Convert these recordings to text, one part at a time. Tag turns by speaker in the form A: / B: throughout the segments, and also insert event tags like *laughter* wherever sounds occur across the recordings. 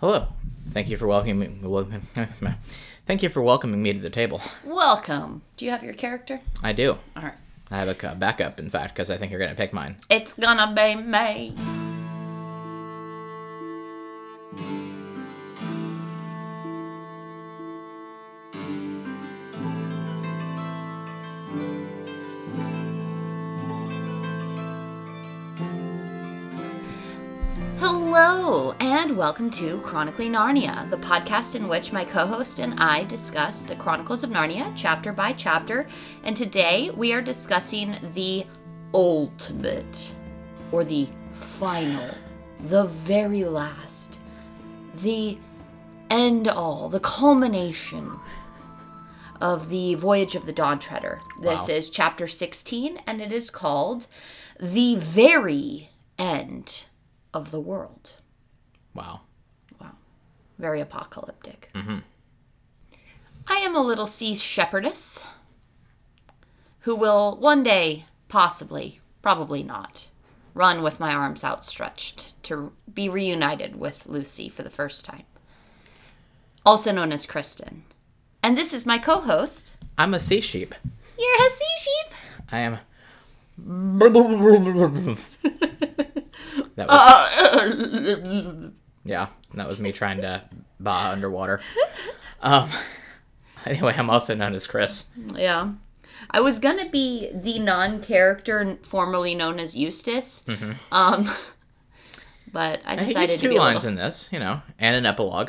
A: Hello. Thank you for welcoming me. welcome- *laughs* Thank you for welcoming me to the table.
B: Welcome. Do you have your character?
A: I do.
B: All right.
A: I have a co- backup, in fact, because I think you're going to pick mine.
B: It's gonna be me. Hello, and welcome to Chronically Narnia, the podcast in which my co host and I discuss the Chronicles of Narnia chapter by chapter. And today we are discussing the ultimate, or the final, the very last, the end all, the culmination of the Voyage of the Dawn Treader. This
A: Wow.
B: is chapter 16, and it is called The Very End of the World.
A: Wow.
B: Very apocalyptic.
A: Mm-hmm.
B: I am a little sea shepherdess who will one day, possibly, probably not, run with my arms outstretched to be reunited with Lucy for the first time, also known as Kristen. And this is my co host.
A: I'm a sea sheep.
B: You're a sea sheep.
A: I am. *laughs* That was. Yeah, that was me trying to bah underwater. Um. *laughs* Anyway, I'm also known as Chris.
B: Yeah. I was gonna be the non-character formerly known as Eustace,
A: Mm-hmm.
B: um, *laughs* but I
A: He
B: decided
A: gets
B: to
A: two
B: be a
A: lines
B: little.
A: in this, you know, and an epilogue.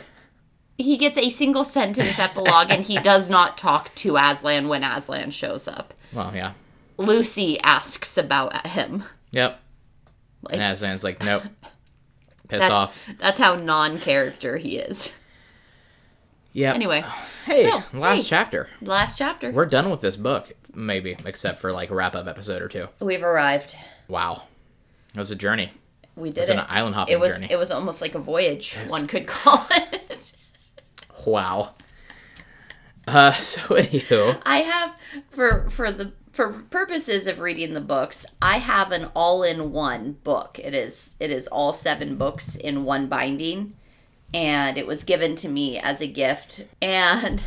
B: He gets a single sentence epilogue, and he does not talk to Aslan when Aslan shows up.
A: Well, yeah.
B: Lucy asks about him.
A: Yep.
B: Like-
A: and Aslan's like, nope.
B: *laughs*
A: Piss
B: That's
A: off.
B: that's how non-character he is.
A: Yeah.
B: Anyway,
A: *sighs* Hey,
B: so,
A: last
B: hey.
A: chapter.
B: last chapter
A: We're done with this book, maybe, except for like a wrap up episode or two.
B: we've arrived.
A: Wow. It was a journey.
B: We did
A: It was
B: it.
A: an island hopping
B: it was
A: journey.
B: it was almost like a voyage. One could call it. *laughs*
A: Wow. Uh, *laughs* so anywho,
B: I have for for the for purposes of reading the books, I have an all-in-one book. It is it is all seven books in one binding and it was given to me as a gift and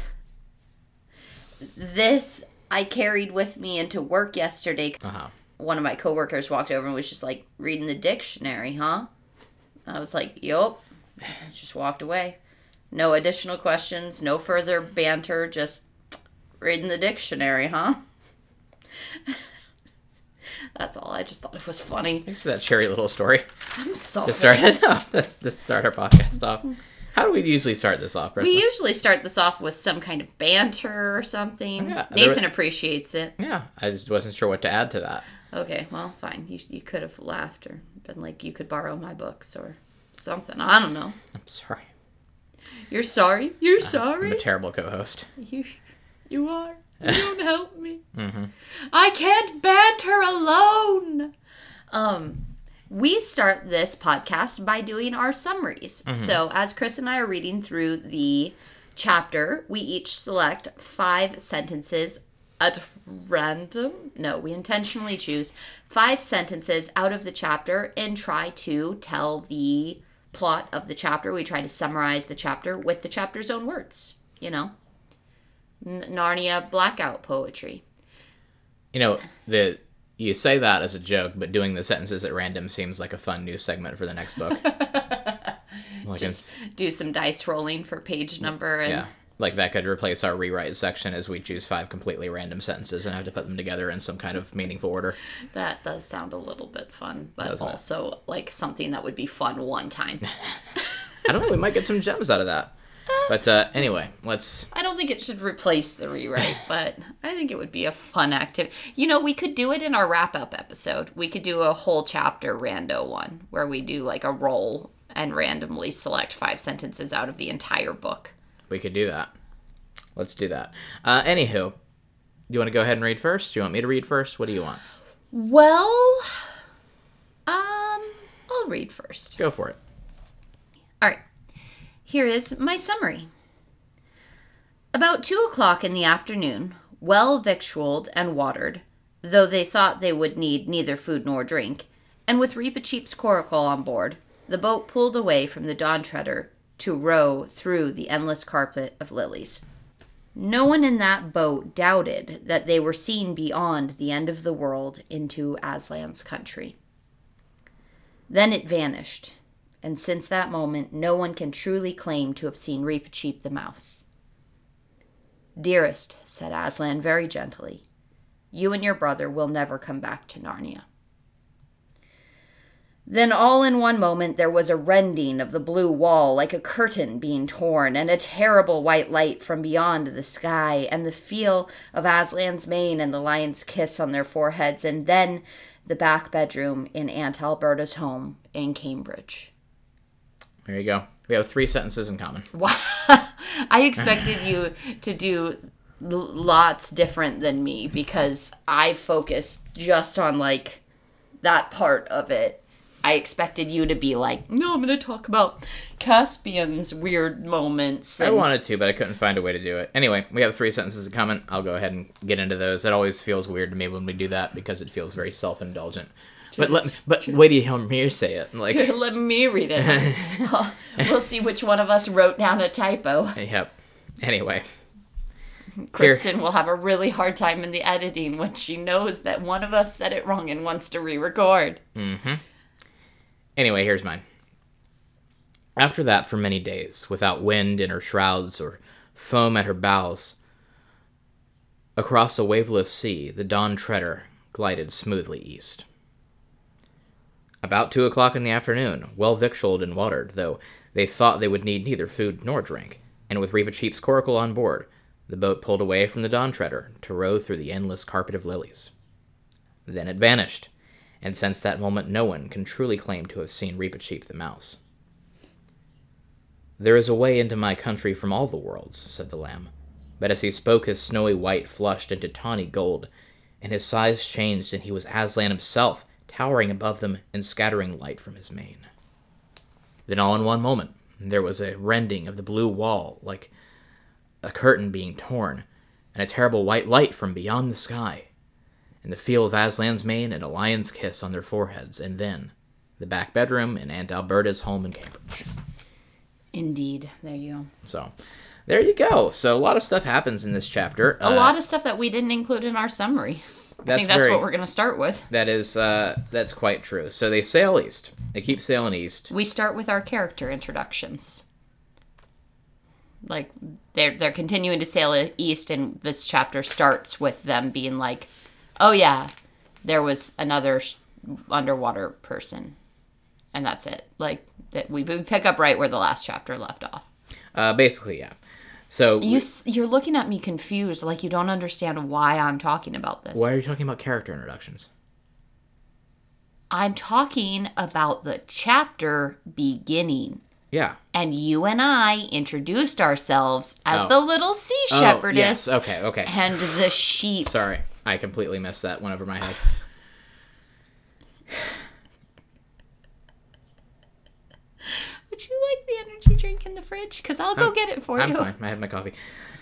B: this I carried with me into work yesterday.
A: uh-huh.
B: One of my coworkers walked over and was just like reading the dictionary, huh? I was like, "Yup." Just walked away. No additional questions, no further banter, just reading the dictionary, huh? *laughs* That's all. I just thought it was funny.
A: thanks for that cherry little story
B: I'm sorry.
A: to start, *laughs* no, just to start our podcast off. How do we usually start this off, Kristen?
B: We usually start this off with some kind of banter or something.
A: Yeah, there-
B: Nathan appreciates it.
A: yeah, I just wasn't sure what to add to that.
B: Okay, well, fine. You, you could have laughed or been like, you could borrow my books or something. I don't know.
A: I'm sorry.
B: You're sorry? You're
A: Uh, I'm
B: sorry?
A: a terrible co-host.
B: You, you are. You don't help me. I can't banter alone. Um, we start this podcast by doing our summaries. So, as Chris and I are reading through the chapter, we each select five sentences at random. No, we intentionally choose five sentences out of the chapter and try to tell the plot of the chapter. We try to summarize the chapter with the chapter's own words, you know? N- Narnia blackout poetry.
A: You know, the you say that as a joke, but doing the sentences at random seems like a fun new segment for the next
B: *laughs*
A: book. like in-
B: Just do some dice rolling for page number and
A: Yeah. Like that could replace our rewrite section as we choose five completely random sentences and have to put them together in some kind of meaningful order.
B: that does sound a little bit fun, but
A: Doesn't it?
B: also like something that would be fun
A: *laughs*
B: one time.
A: I don't know, we might get some gems out of that. But uh, anyway, let's
B: I don't think it should replace the
A: *laughs*
B: rewrite, but I think it would be a fun activity. You know, we could do it in our wrap up episode. We could do a whole chapter rando one where we do like a roll and randomly select five sentences out of the entire book.
A: we could do that. Let's do that. Uh, anywho, do you want to go ahead and read first? Do you want me to read first? What do you want?
B: Well, um, I'll read first.
A: Go for it.
B: All right, here is my summary. About two o'clock in the afternoon, well victualled and watered, though they thought they would need neither food nor drink, and with Reepicheep's coracle on board, the boat pulled away from the Don Treader to row through the endless carpet of lilies. No one in that boat doubted that they were seen beyond the end of the world into Aslan's country. Then it vanished, and since that moment, no one can truly claim to have seen Reepicheep the mouse. Dearest, said Aslan very gently, you and your brother will never come back to Narnia. Then, all in one moment, there was a rending of the blue wall like a curtain being torn, and a terrible white light from beyond the sky, and the feel of Aslan's mane and the lion's kiss on their foreheads, and then the back bedroom in Aunt Alberta's home in Cambridge.
A: There you go. We have three sentences in common.
B: Wow. I expected you to do l- lots different than me because I focused just on like that part of it. I expected you to be like, no, I'm going to talk about Caspian's weird moments.
A: I
B: and-
A: wanted to, but I couldn't find a way to do it. Anyway, we have three sentences in common. I'll go ahead and get into those. It always feels weird to me when we do that because it feels very self-indulgent. But let, but wait till you hear me say it. Like,
B: *laughs* Let me read it. Uh, we'll see which one of us wrote down a typo.
A: *laughs* yep. Anyway,
B: Kristen will have a really hard time in the editing when she knows that one of us said it wrong and wants to re record.
A: Anyway, here's mine. After that, for many days, without wind in her shrouds or foam at her bows, across a waveless sea, the Dawn Treader glided smoothly east. About two o'clock in the afternoon, well victualled and watered, though they thought they would need neither food nor drink, and with Reba Cheap's coracle on board, the boat pulled away from the Dawn Treader to row through the endless carpet of lilies. Then it vanished, and since that moment no one can truly claim to have seen Reepicheep the mouse. There is a way into my country from all the worlds, said the lamb. But as he spoke, his snowy white flushed into tawny gold, and his size changed, and he was Aslan himself, towering above them and scattering light from his mane. Then, all in one moment, there was a rending of the blue wall, like a curtain being torn, and a terrible white light from beyond the sky and the feel of Aslan's mane and a lion's kiss on their foreheads, and then the back bedroom in Aunt Alberta's home in Cambridge.
B: Indeed. There you go.
A: So, there you go. So a lot of stuff happens in this chapter. Uh,
B: a lot of stuff that we didn't include in our summary. I think that's what we're going to start with.
A: That is uh, that's quite true. So they sail east. They keep sailing east.
B: We start with our character introductions. Like they're they're continuing to sail e-, east, and this chapter starts with them being like, "Oh yeah, there was another sh- underwater person," and that's it. Like that we, we pick up right where the last chapter left off.
A: Uh, basically, yeah. So
B: You s- you're looking at me confused, like you don't understand why I'm talking about this.
A: why are you talking about character introductions?
B: I'm talking about the chapter beginning.
A: Yeah.
B: and you and I introduced ourselves as
A: Oh.
B: the little sea
A: Oh,
B: shepherdess
A: yes. Okay. Okay.
B: *laughs* and the sheep.
A: Sorry, I completely missed that one over my
B: *laughs*
A: head.
B: Would you like the energy drink in the fridge? Because I'll go get it for
A: I'm
B: you.
A: fine. I had my coffee.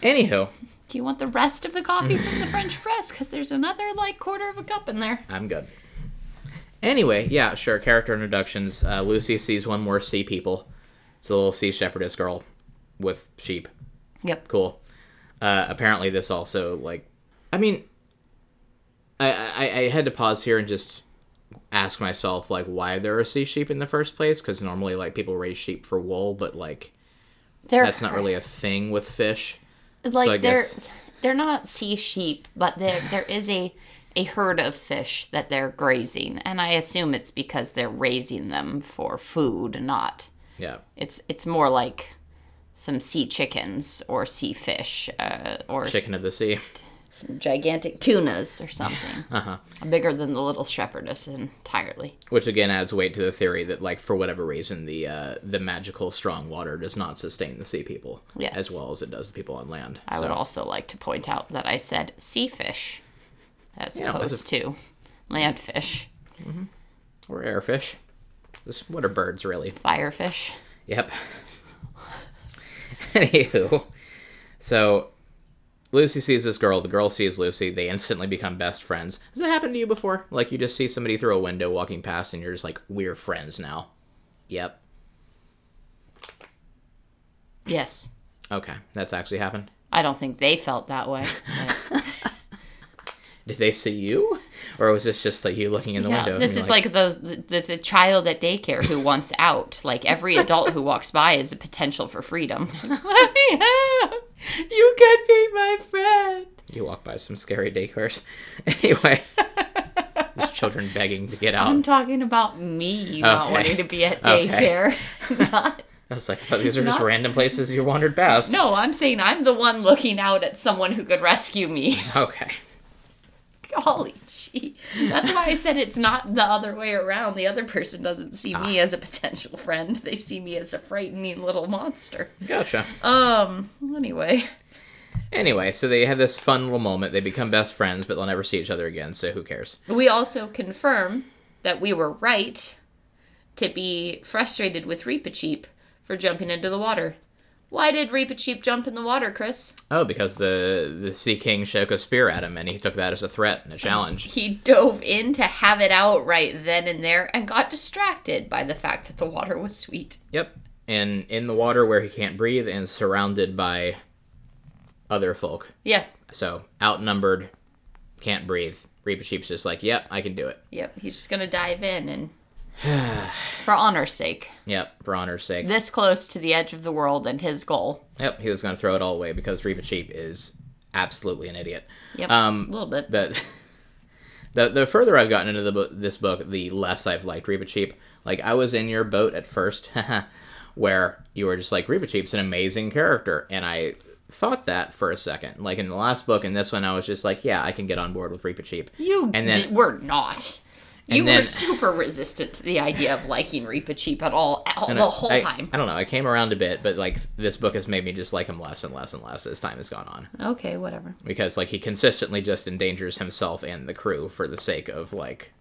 A: Anywho,
B: Do you want the rest of
A: *laughs*
B: the coffee from the French press? Because there's another like quarter of a cup in there.
A: I'm good. Anyway, yeah, sure. Character introductions. Uh, Lucy sees one more sea people. It's a little sea shepherdess girl with sheep.
B: Yep.
A: Cool. Uh, apparently, this also like, I mean, I, I I had to pause here and just ask myself like why there are sea sheep in the first place because normally like people raise sheep for wool, but like
B: They're,
A: that's not really a thing with fish.
B: like
A: so I
B: they're
A: guess-
B: they're not sea sheep, but there there is a a herd of fish that they're grazing, and I assume it's because they're raising them for food, not
A: Yeah.
B: It's it's more like some sea chickens or sea fish uh, or
A: Chicken of the sea.
B: some gigantic tunas or something.
A: uh-huh.
B: Bigger than the little shepherdess entirely.
A: which again adds weight to the theory that like for whatever reason the uh, the magical strong water does not sustain the sea people
B: Yes.
A: as well as it does the people on land.
B: I
A: so,
B: would also like to point out that I said sea fish as
A: Yeah, that's
B: opposed to land fish,
A: or airfish. This, what are birds really?
B: firefish.
A: Yep. *laughs* Anywho, so Lucy sees this girl. The girl sees Lucy. They instantly become best friends. Has that happened to you before? Like you just see somebody through a window walking past, and you're just like, "We're friends now." Yep.
B: Yes.
A: Okay, that's actually happened.
B: I don't think they felt that
A: *laughs*
B: way. but-
A: Did they see you, or was this just like you looking in the
B: yeah,
A: window? and
B: this
A: being
B: is like, those- the, the the child at daycare who wants out. Like every adult who walks by is a potential
A: *laughs*
B: for freedom. Let me out. You could be my friend.
A: you walk by some scary daycares. *laughs* anyway, there's children begging to get out.
B: I'm talking about me not
A: Okay.
B: wanting to be at
A: Okay.
B: daycare. *laughs* Not-
A: I was like, I thought these are just
B: Not-
A: random places you wandered past.
B: no, I'm saying I'm the one looking out at someone who could rescue me. *laughs*
A: Okay.
B: Golly gee. That's why I said it's not the other way around. The other person doesn't see
A: Ah.
B: me as a potential friend. They see me as a frightening little monster.
A: Gotcha.
B: Um, anyway.
A: Anyway, so they have this fun little moment. They become best friends, but they'll never see each other again, so who cares?
B: We also confirm that we were right to be frustrated with Reapacheep for jumping into the water. Why did Reapacheep jump in the water, Chris?
A: Oh, because the the Sea King shook a spear at him, and he took that as a threat and a challenge.
B: He dove in to have it out right then and there and got distracted by the fact that the water was sweet.
A: Yep. And in the water where he can't breathe and surrounded by other folk.
B: Yeah.
A: So outnumbered, can't breathe. Reaper Sheep's just like, yep, I can do it.
B: Yep. He's just going to dive in and. for honor's sake.
A: Yep, for honor's sake.
B: This close to the edge of the world and his goal.
A: Yep, he was going to throw it all away because Reaper Sheep is absolutely an idiot.
B: Yep.
A: Um,
B: a little bit.
A: That *laughs* the the further I've gotten into the book, this book, the less I've liked Reba Cheap. Like I was in your boat at first, *laughs* where you were just like Reba Cheap's an amazing character, and I thought that for a second. Like in the last book and this one, I was just like, yeah, I can get on board with Reba Cheap.
B: You
A: and then-
B: d- were not. You
A: then-
B: were super resistant to the idea of liking Reapacheep at all, at all
A: And
B: the
A: I-
B: whole
A: I,
B: time.
A: I don't know. I came around a bit, but like this book has made me just like him less and less and less as time has gone on.
B: okay, whatever.
A: because like he consistently just endangers himself and the crew for the sake of like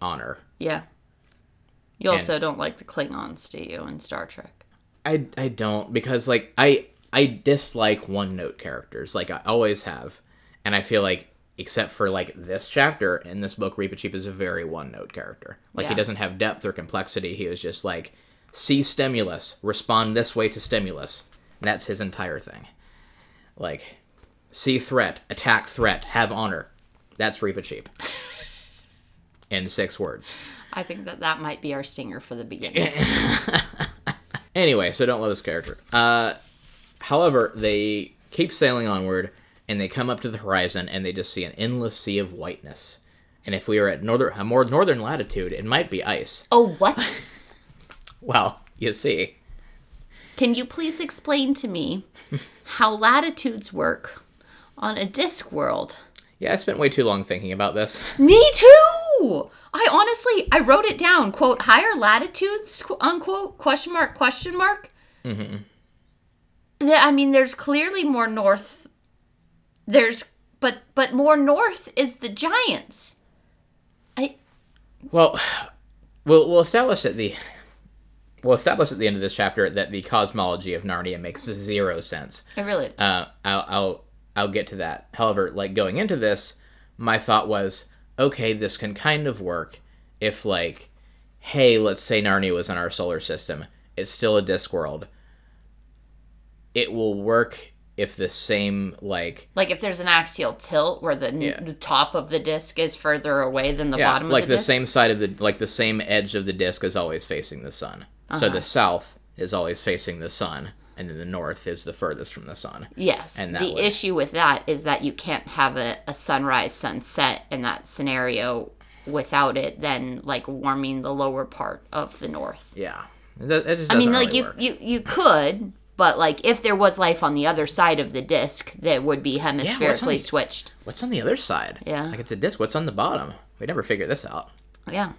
A: honor.
B: Yeah. You also don't like the Klingons, do you, in Star Trek?
A: I I don't because like I I dislike one note characters like I always have, and I feel like except for like this chapter in this book, Reaper Cheap is a very one note character. Like he
B: Yeah.
A: doesn't have depth or complexity. He is just like see stimulus, respond this way to stimulus. And that's his entire thing. Like see threat, attack threat, have honor. That's Reaper Cheap. in six words.
B: I think that that might be our stinger for
A: *laughs*
B: the beginning.
A: Anyway, so don't love this character. Uh, however, they keep sailing onward, and they come up to the horizon, and they just see an endless sea of whiteness. And if we were at northern, a more northern latitude, it might be ice.
B: oh, what?
A: Well, you see,
B: Can you please explain
A: *laughs*
B: to me how latitudes work on a disk world?
A: yeah, I spent way too long thinking about this. *laughs*
B: Me too. I honestly, I wrote it down. Quote higher latitudes. qu- Unquote question mark question mark. Mm-hmm. I mean, there's clearly more north. There's but but more north is the giants. I
A: Well, we'll we'll establish at the we'll establish at the end of this chapter that the cosmology of Narnia makes zero sense.
B: I really
A: Uh, I'll, I'll I'll get to that. However, like going into this, my thought was, okay, this can kind of work if like, hey, let's say Narnia was in our solar system. It's still a disk world. It will work if the same like
B: like if there's an axial tilt where the, n- the top of the disc is further away than the
A: yeah,
B: bottom
A: like
B: of
A: the,
B: the, disc.
A: same side of the like the same edge of the disk is always facing the sun.
B: Uh-huh.
A: So the south is always facing the sun, and then the north is the furthest from the sun.
B: Yes.
A: and that
B: The
A: would-
B: issue with that is that you can't have a, a sunrise sunset in that scenario without it then like warming the lower part of the north.
A: Yeah, that, that just
B: I mean
A: doesn't
B: like
A: really
B: you,
A: work.
B: you you could, but like if there was life on the other side of the disc that would be hemispherically
A: the-
B: switched.
A: What's on the other side?
B: Yeah.
A: Like it's a disc. What's on the bottom? We never figured this out.
B: Yeah.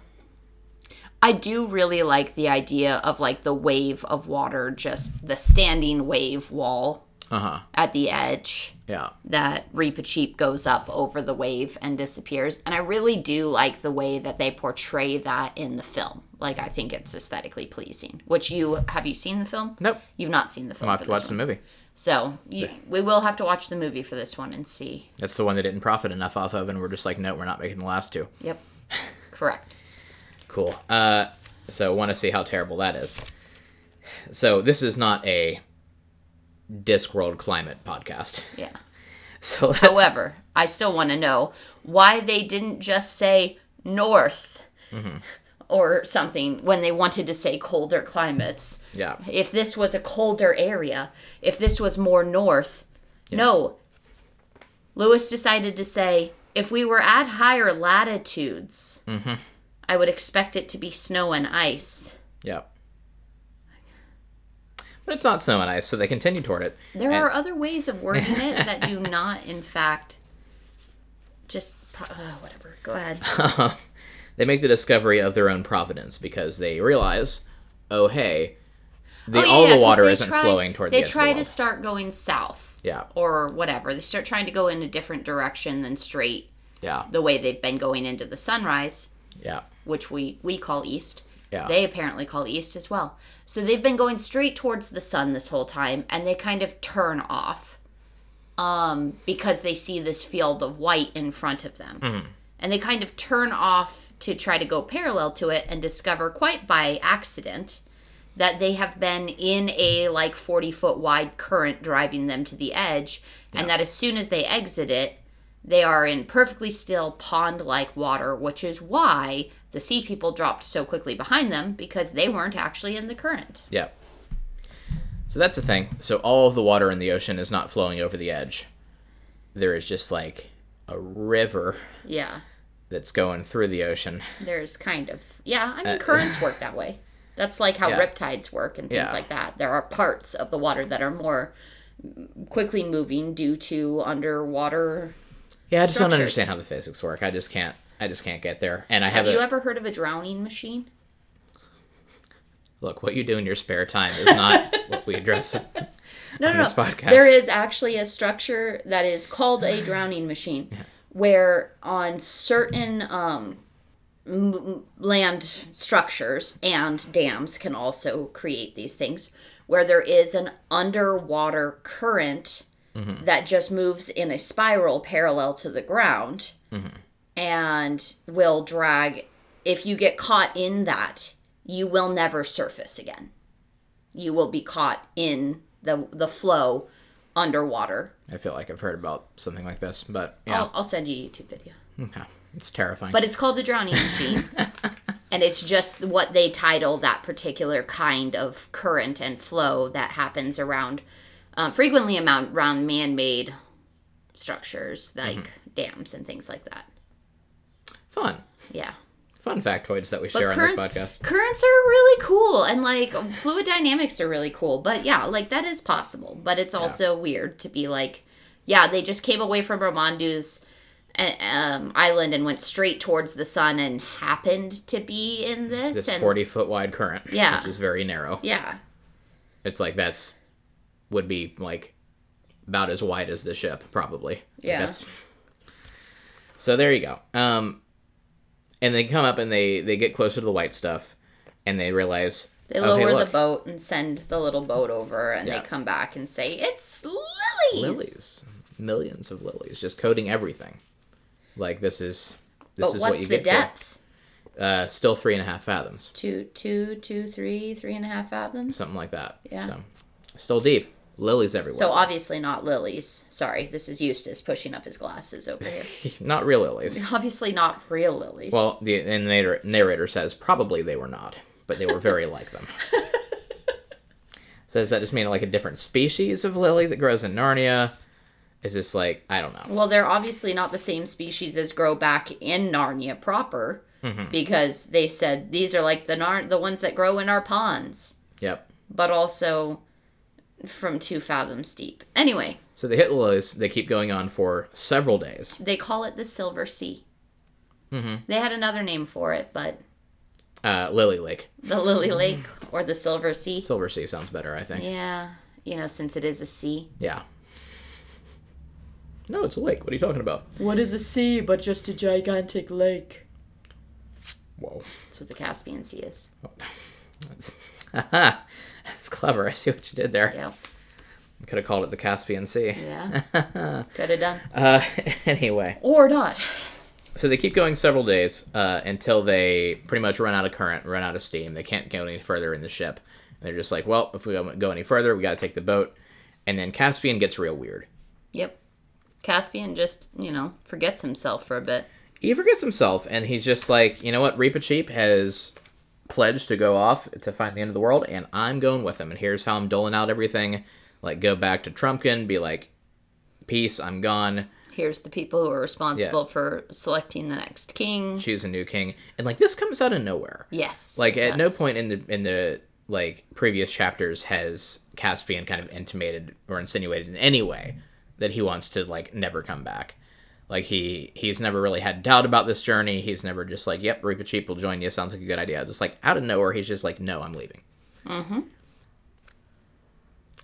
B: I do really like the idea of like the wave of water just the standing wave wall
A: Uh huh.
B: at the edge.
A: Yeah.
B: that Reapacheep goes up over the wave and disappears. And I really do like the way that they portray that in the film. Like I think it's aesthetically pleasing. Which you have you seen the film?
A: Nope.
B: You've not seen the film
A: I'll have
B: for
A: to
B: this
A: watch the
B: one.
A: movie.
B: So you, we will have to watch the movie for this one and see.
A: That's the one they didn't profit enough off of, and we're just like, no, we're not making the last two.
B: Yep.
A: *laughs*
B: Correct.
A: Cool. Uh, so want to see how terrible that is. So this is not a Discworld climate podcast. *laughs*
B: Yeah.
A: So that's,
B: However, I still want to know why they didn't just say north
A: Mm-hmm.
B: or something when they wanted to say colder climates.
A: yeah,
B: If this was a colder area, if this was more north, no. Lewis decided to say if we were at higher latitudes,
A: Mm-hmm.
B: I would expect it to be snow and ice.
A: yeah. But it's not snow and ice, so they continue toward it.
B: There
A: And-
B: are other ways of wording it
A: *laughs*
B: that do not, in fact, just pro- uh, whatever. Go ahead.
A: They make the discovery of their own providence because they realize, oh hey, *laughs* the,
B: Oh, yeah,
A: all
B: yeah,
A: the
B: 'cause
A: water
B: they
A: isn't
B: try-
A: flowing toward
B: They
A: the edge
B: try
A: of the
B: to
A: world.
B: start going south
A: yeah,
B: or whatever. They start trying to go in a different direction than straight
A: yeah,
B: the way they've been going into the sunrise,
A: yeah,
B: which we we call east.
A: yeah.
B: They apparently call east as well. So they've been going straight towards the sun this whole time and they kind of turn off um because they see this field of white in front of them. And they kind of turn off to try to go parallel to it and discover quite by accident that they have been in a like 40 foot wide current driving them to the edge and that as soon as they exit it they are in perfectly still pond like water which is why the sea people dropped so quickly behind them because they weren't actually in the current
A: Yeah. So that's the thing. So all of the water in the ocean is not flowing over the edge. There is just like a river
B: yeah
A: that's going through the ocean.
B: there's kind of yeah i mean currents work that way that's like how
A: Yeah.
B: riptides work and things
A: Yeah.
B: like that there are parts of the water that are more quickly moving due to underwater
A: Yeah, I just don't
B: Structures.
A: understand how the physics work. I just can't. I just can't get there. And I have,
B: have you
A: a
B: ever heard of a drowning machine
A: look. What you do in your spare time is
B: *laughs*
A: not what we address.
B: no, no,
A: this
B: no.
A: podcast.
B: There is actually a structure that is called a drowning machine, where on certain um, m- land structures and dams can also create these things, where there is an underwater current
A: Mm-hmm.
B: that just moves in a spiral parallel to the ground
A: Mm-hmm.
B: and will drag. If you get caught in that, you will never surface again. You will be caught in the the flow underwater.
A: I feel like I've heard about something like this, but yeah,
B: I'll, I'll send you a YouTube video.
A: Yeah. it's terrifying.
B: Oh. But it's called the drowning machine. and it's just what they title that particular kind of current and flow that happens around um, frequently amount around man-made structures like dams and things like that.
A: fun,
B: Yeah.
A: fun factoids that we
B: But
A: share on this
B: currents,
A: podcast.
B: currents are really cool and like fluid dynamics are really cool but yeah like that is possible but it's also weird to be like yeah they just came away from Ramondu's uh, um, island and went straight towards the sun and happened to be in this,
A: Mm, This
B: and
A: forty foot wide current,
B: Yeah.
A: which is very narrow.
B: yeah
A: It's like that's would be like about as wide as the ship, probably. Like,
B: Yeah.
A: that's- So there you go. Um, and they come up and they they get closer to the white stuff, and they realize
B: they
A: oh, hey,
B: lower the
A: look,
B: boat and send the little boat over and
A: Yeah.
B: they come back and say it's lilies
A: lilies, millions of lilies, just coating everything. Like this is this
B: but
A: is
B: what's
A: what you
B: the
A: get.
B: depth
A: To, uh, still three and a half fathoms,
B: two two two three three and a half fathoms
A: something like that.
B: Yeah.
A: So, still deep. Lilies everywhere.
B: So obviously not lilies. Sorry, this is Eustace pushing up his glasses over here.
A: *laughs* not real lilies.
B: *laughs* obviously not real lilies.
A: Well, the and the narrator, narrator says probably they were not, but they were
B: *laughs*
A: very like them. so does that just mean like a different species of lily that grows in Narnia? Is this like I don't know?
B: well, they're obviously not the same species as grow back in Narnia proper, because they said these are like the nar- the ones that grow in our ponds,
A: Yep.
B: but also from two fathoms deep. Anyway,
A: So they hit the lilies. They keep going on for several days.
B: they call it the Silver Sea. Mm-hmm. They had another name for it, but
A: Uh, Lily Lake,
B: the Lily Lake or the Silver Sea.
A: Silver Sea sounds better, I think. Yeah.
B: Yeah, you know, since it is a sea.
A: No, it's a lake. What are you talking about?
C: What is a sea but just a gigantic lake?
A: Whoa,
B: That's what the Caspian Sea is.
A: that's *laughs* that's clever. I see what you did there.
B: Yep.
A: Could have called it the Caspian Sea.
B: Yeah.
A: *laughs*
B: Could have done.
A: Uh, anyway.
B: Or not.
A: So they keep going several days uh, until they pretty much run out of current, run out of steam. They can't go any further in the ship. And they're just like, well, if we go any further, we got to take the boat. And then Caspian gets real weird.
B: Yep. Caspian just, you know, forgets himself for a bit.
A: He forgets himself, and he's just like, you know what? Reaper Cheap has pledged to go off to find the end of the world, and I'm going with him. And here's how I'm doling out everything. Like, go back to Trumpkin, be like, peace, I'm gone,
B: Here's the people who are responsible for selecting the next king.
A: choose a new king. And like, this comes out of nowhere.
B: Yes.
A: Like
B: it
A: at no
B: does.
A: point in the in the like previous chapters has Caspian kind of intimated or insinuated in any way that he wants to like never come back. Like he he's never really had doubt about this journey. He's never just like, "Yep, Reaper Cheap will join you. Sounds like a good idea." Just like out of nowhere, he's just like, "No, I'm leaving."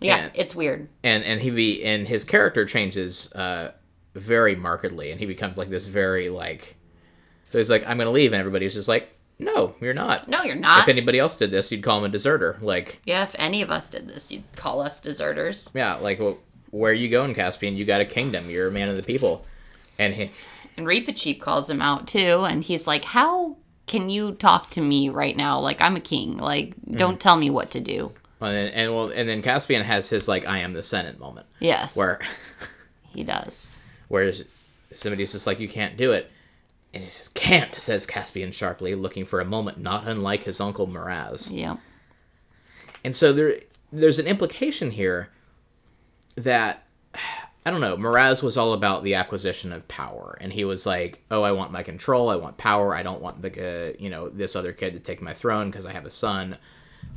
B: Yeah,
A: yeah.
B: it's weird.
A: And and he be and his character changes uh very markedly, and he becomes like this very like. So he's like, "I'm gonna leave," and everybody's just like, "No, you're not."
B: No, you're not.
A: If anybody else did this, you'd call him a deserter. Like
B: yeah, if any of us did this, you'd call us deserters.
A: Yeah, like well, where are you going, Caspian? You got a kingdom. You're a man of the people, and he,
B: And Reaper Cheap calls him out too, and he's like, How can you talk to me right now? Like, I'm a king. Like,
A: Mm-hmm.
B: don't tell me what to do.
A: and then, and well, and then Caspian has his like I am the Senate moment,
B: Yes.
A: where
B: He does.
A: where somebody's just like you can't do it, and he says can't says Caspian sharply, looking for a moment not unlike his uncle Miraz.
B: Yep.
A: And so there there's an implication here that I don't know, Miraz was all about the acquisition of power and he was like, "Oh, I want my control, I want power, I don't want the uh, you know, this other kid to take my throne because I have a son."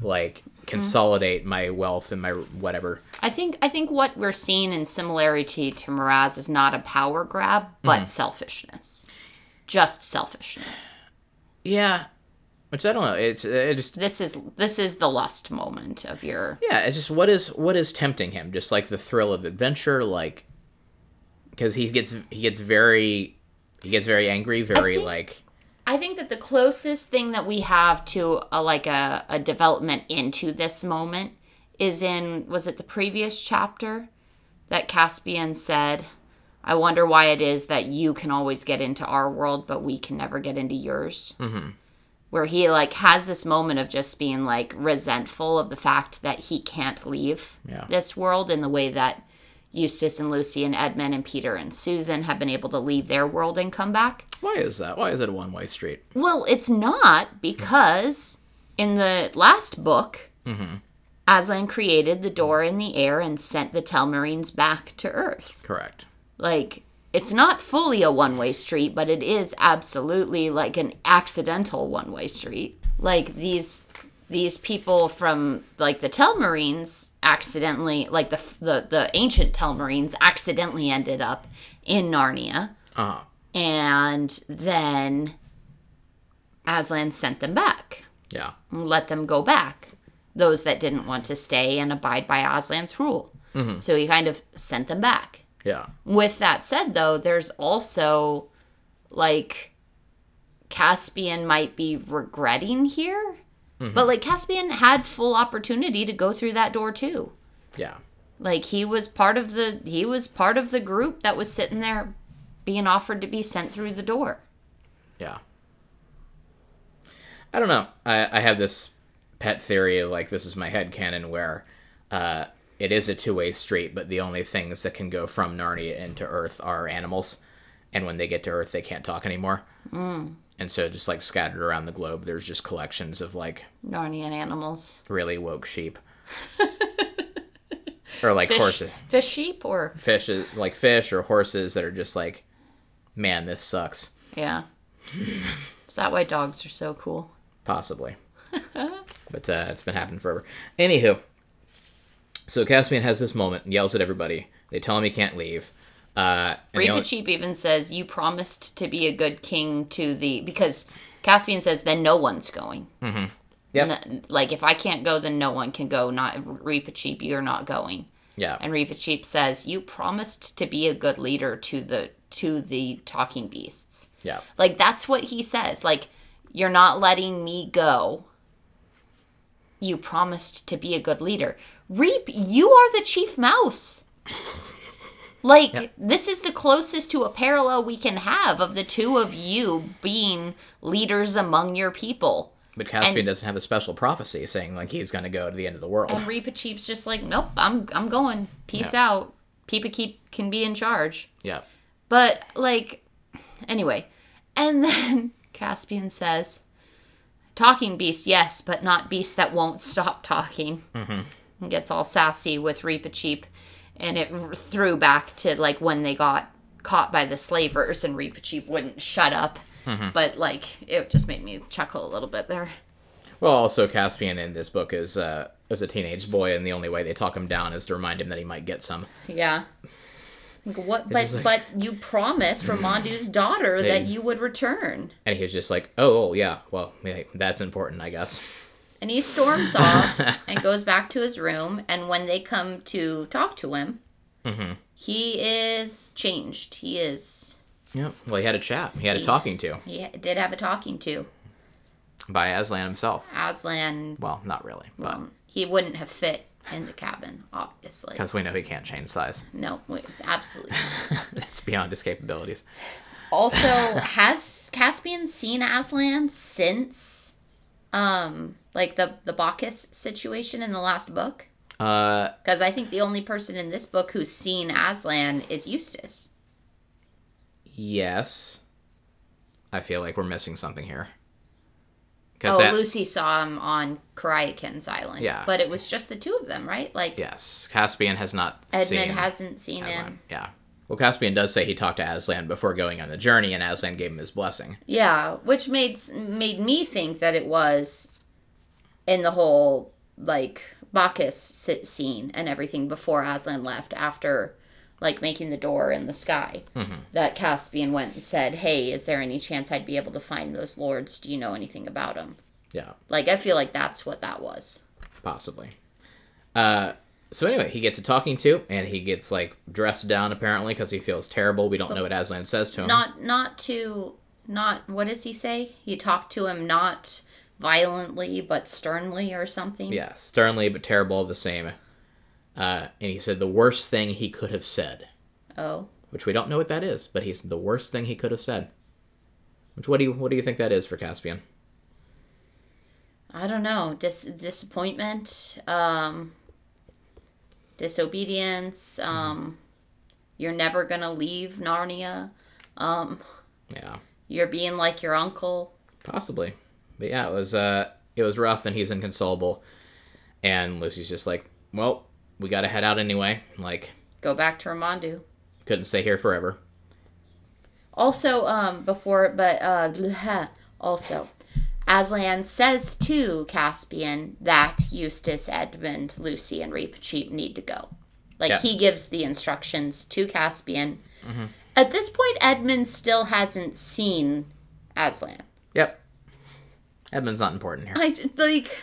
A: Like consolidate my wealth and my whatever.
B: I think I think what we're seeing in similarity to Miraz is not a power grab, but selfishness. Just selfishness.
A: Yeah. Which I don't know. It's it just
B: This is this is the lust moment of your
A: yeah it's just what is what is tempting him just like the thrill of adventure like because he gets he gets very he gets very angry very
B: think-
A: like
B: I think that the closest thing that we have to a, like a, a development into this moment is in was it the previous chapter that Caspian said, "I wonder why it is that you can always get into our world, but we can never get into yours." Mm-hmm. Where he like has this moment of just being like resentful of the fact that he can't leave
A: Yeah.
B: this world in the way that Eustace and Lucy and Edmund and Peter and Susan have been able to leave their world and come back.
A: Why is that? Why is it a one way street?
B: Well, it's not because in the last book, Aslan created the door in the air and sent the Telmarines back to Earth.
A: Correct.
B: Like, it's not fully a one way street, but it is absolutely like an accidental one way street. Like, these. These people from like the Telmarines accidentally, like the the the ancient Telmarines, accidentally ended up in Narnia
A: Uh
B: and then Aslan sent them back,
A: yeah.
B: let them go back, those that didn't want to stay and abide by Aslan's rule. So he kind of sent them back.
A: Yeah.
B: With that said, though, there's also like Caspian might be regretting here, but like Caspian had full opportunity to go through that door too.
A: Yeah.
B: Like he was part of the he was part of the group that was sitting there being offered to be sent through the door.
A: Yeah. I don't know. I, I have this pet theory, like this is my head canon, where uh, it is a two way street, but the only things that can go from Narnia into Earth are animals, and when they get to Earth, they can't talk anymore. Mm. And so, just like scattered around the globe, there's just collections of like
B: Narnian animals.
A: really woke sheep, or like
B: Fish,
A: horses.
B: fish sheep or
A: fish like fish or horses that are just like man this sucks
B: yeah. Is that why dogs are so cool? *laughs*
A: possibly but uh, it's been happening forever anywho so caspian has this moment and yells at everybody they tell him he can't leave uh and the
B: Reaper
A: only-
B: Cheap even says you promised to be a good king to the because Caspian says then no one's going. Mm-hmm.
A: Yep.
B: like if I can't go, then no one can go. Not Reaper Cheap, you're not going.
A: yeah
B: And Reaper Cheap says you promised to be a good leader to the to the talking beasts.
A: yeah
B: Like that's what he says. Like you're not letting me go. You promised to be a good leader. Reap, you are the chief mouse. Like this is the closest to a parallel we can have of the two of you being leaders among your people.
A: But Caspian doesn't have a special prophecy saying like he's going to go to the end of the world.
B: And Reaper Cheap's just like, nope, I'm I'm going. Peace out. Peepa Keep can be in charge.
A: yeah.
B: But like, anyway, and *laughs* then Caspian says, "Talking beast, yes, but not beast that won't stop talking." Mm-hmm. And gets all sassy with Reaper Cheap, and it r- threw back to like when they got caught by the slavers, and Reaper Cheap wouldn't shut up.
A: Mm-hmm.
B: But like, it just made me chuckle a little bit there.
A: Well, also Caspian in this book is uh, is a teenage boy, and the only way they talk him down is to remind him that he might get some.
B: Yeah. Like, What? But
A: just like-
B: but you promised Ramondu's daughter that
A: Hey.
B: you would return,
A: And he's just like, "Oh, oh yeah, well, yeah, that's important, I guess."
B: and he storms off and goes back to his room. And when they come to talk to him, he is changed. He is.
A: Yep. Well, he had a chap. He had a talking to
B: He did have a talking to
A: by Aslan himself.
B: Aslan.
A: Well, not really, but
B: Um, he wouldn't have fit in the cabin, obviously.
A: because we know he can't change size. *laughs*
B: No, wait, absolutely.
A: that's beyond his capabilities.
B: Also, has Caspian seen Aslan since um like the the Bacchus situation in the last book?
A: Uh,
B: Because I think the only person in this book who's seen Aslan is Eustace.
A: yes. I feel like we're missing something here. Because
B: Oh,
A: that,
B: Lucy saw him on Karaikin's island.
A: Yeah.
B: But it was just the two of them, right? Like
A: yes, Caspian has not
B: Edmund
A: seen
B: hasn't seen
A: Aslan.
B: him.
A: Yeah. Well, Caspian does say he talked to Aslan before going on the journey, and Aslan gave him his blessing.
B: Yeah, which made s- made me think that it was in the whole like Bacchus sit scene and everything before Aslan left after like making the door in the sky
A: Mm-hmm.
B: that Caspian went and said, "Hey, is there any chance I'd be able to find those lords? Do you know anything about them?"
A: Yeah,
B: Like I feel like that's what that was.
A: possibly. Uh, so anyway, he gets a talking to, and he gets like dressed down apparently because he feels terrible. We don't know what Aslan says to him.
B: Not not to not what does he say? He talked to him not violently but sternly or something.
A: yeah, sternly but terrible all the same. Uh, and he said the worst thing he could have said,
B: Oh.
A: which we don't know what that is, but he said the worst thing he could have said. Which what do you what do you think that is for Caspian?
B: I don't know, dis- disappointment, um, disobedience, um, you're never gonna leave Narnia, um,
A: Yeah,
B: you're being like your uncle.
A: possibly. But yeah, it was uh, it was rough, and he's inconsolable. And Lucy's just like, well, we got to head out anyway. Like,
B: Go back to Ramondu.
A: couldn't stay here forever.
B: Also, um, before, but, uh, *laughs* bleh, also, Aslan says to Caspian that Eustace, Edmund, Lucy, and Reap Cheap need to go. Like,
A: Yeah.
B: he gives the instructions to Caspian. At this point, Edmund still hasn't seen Aslan.
A: Yep. Edmund's not important here.
B: I j- like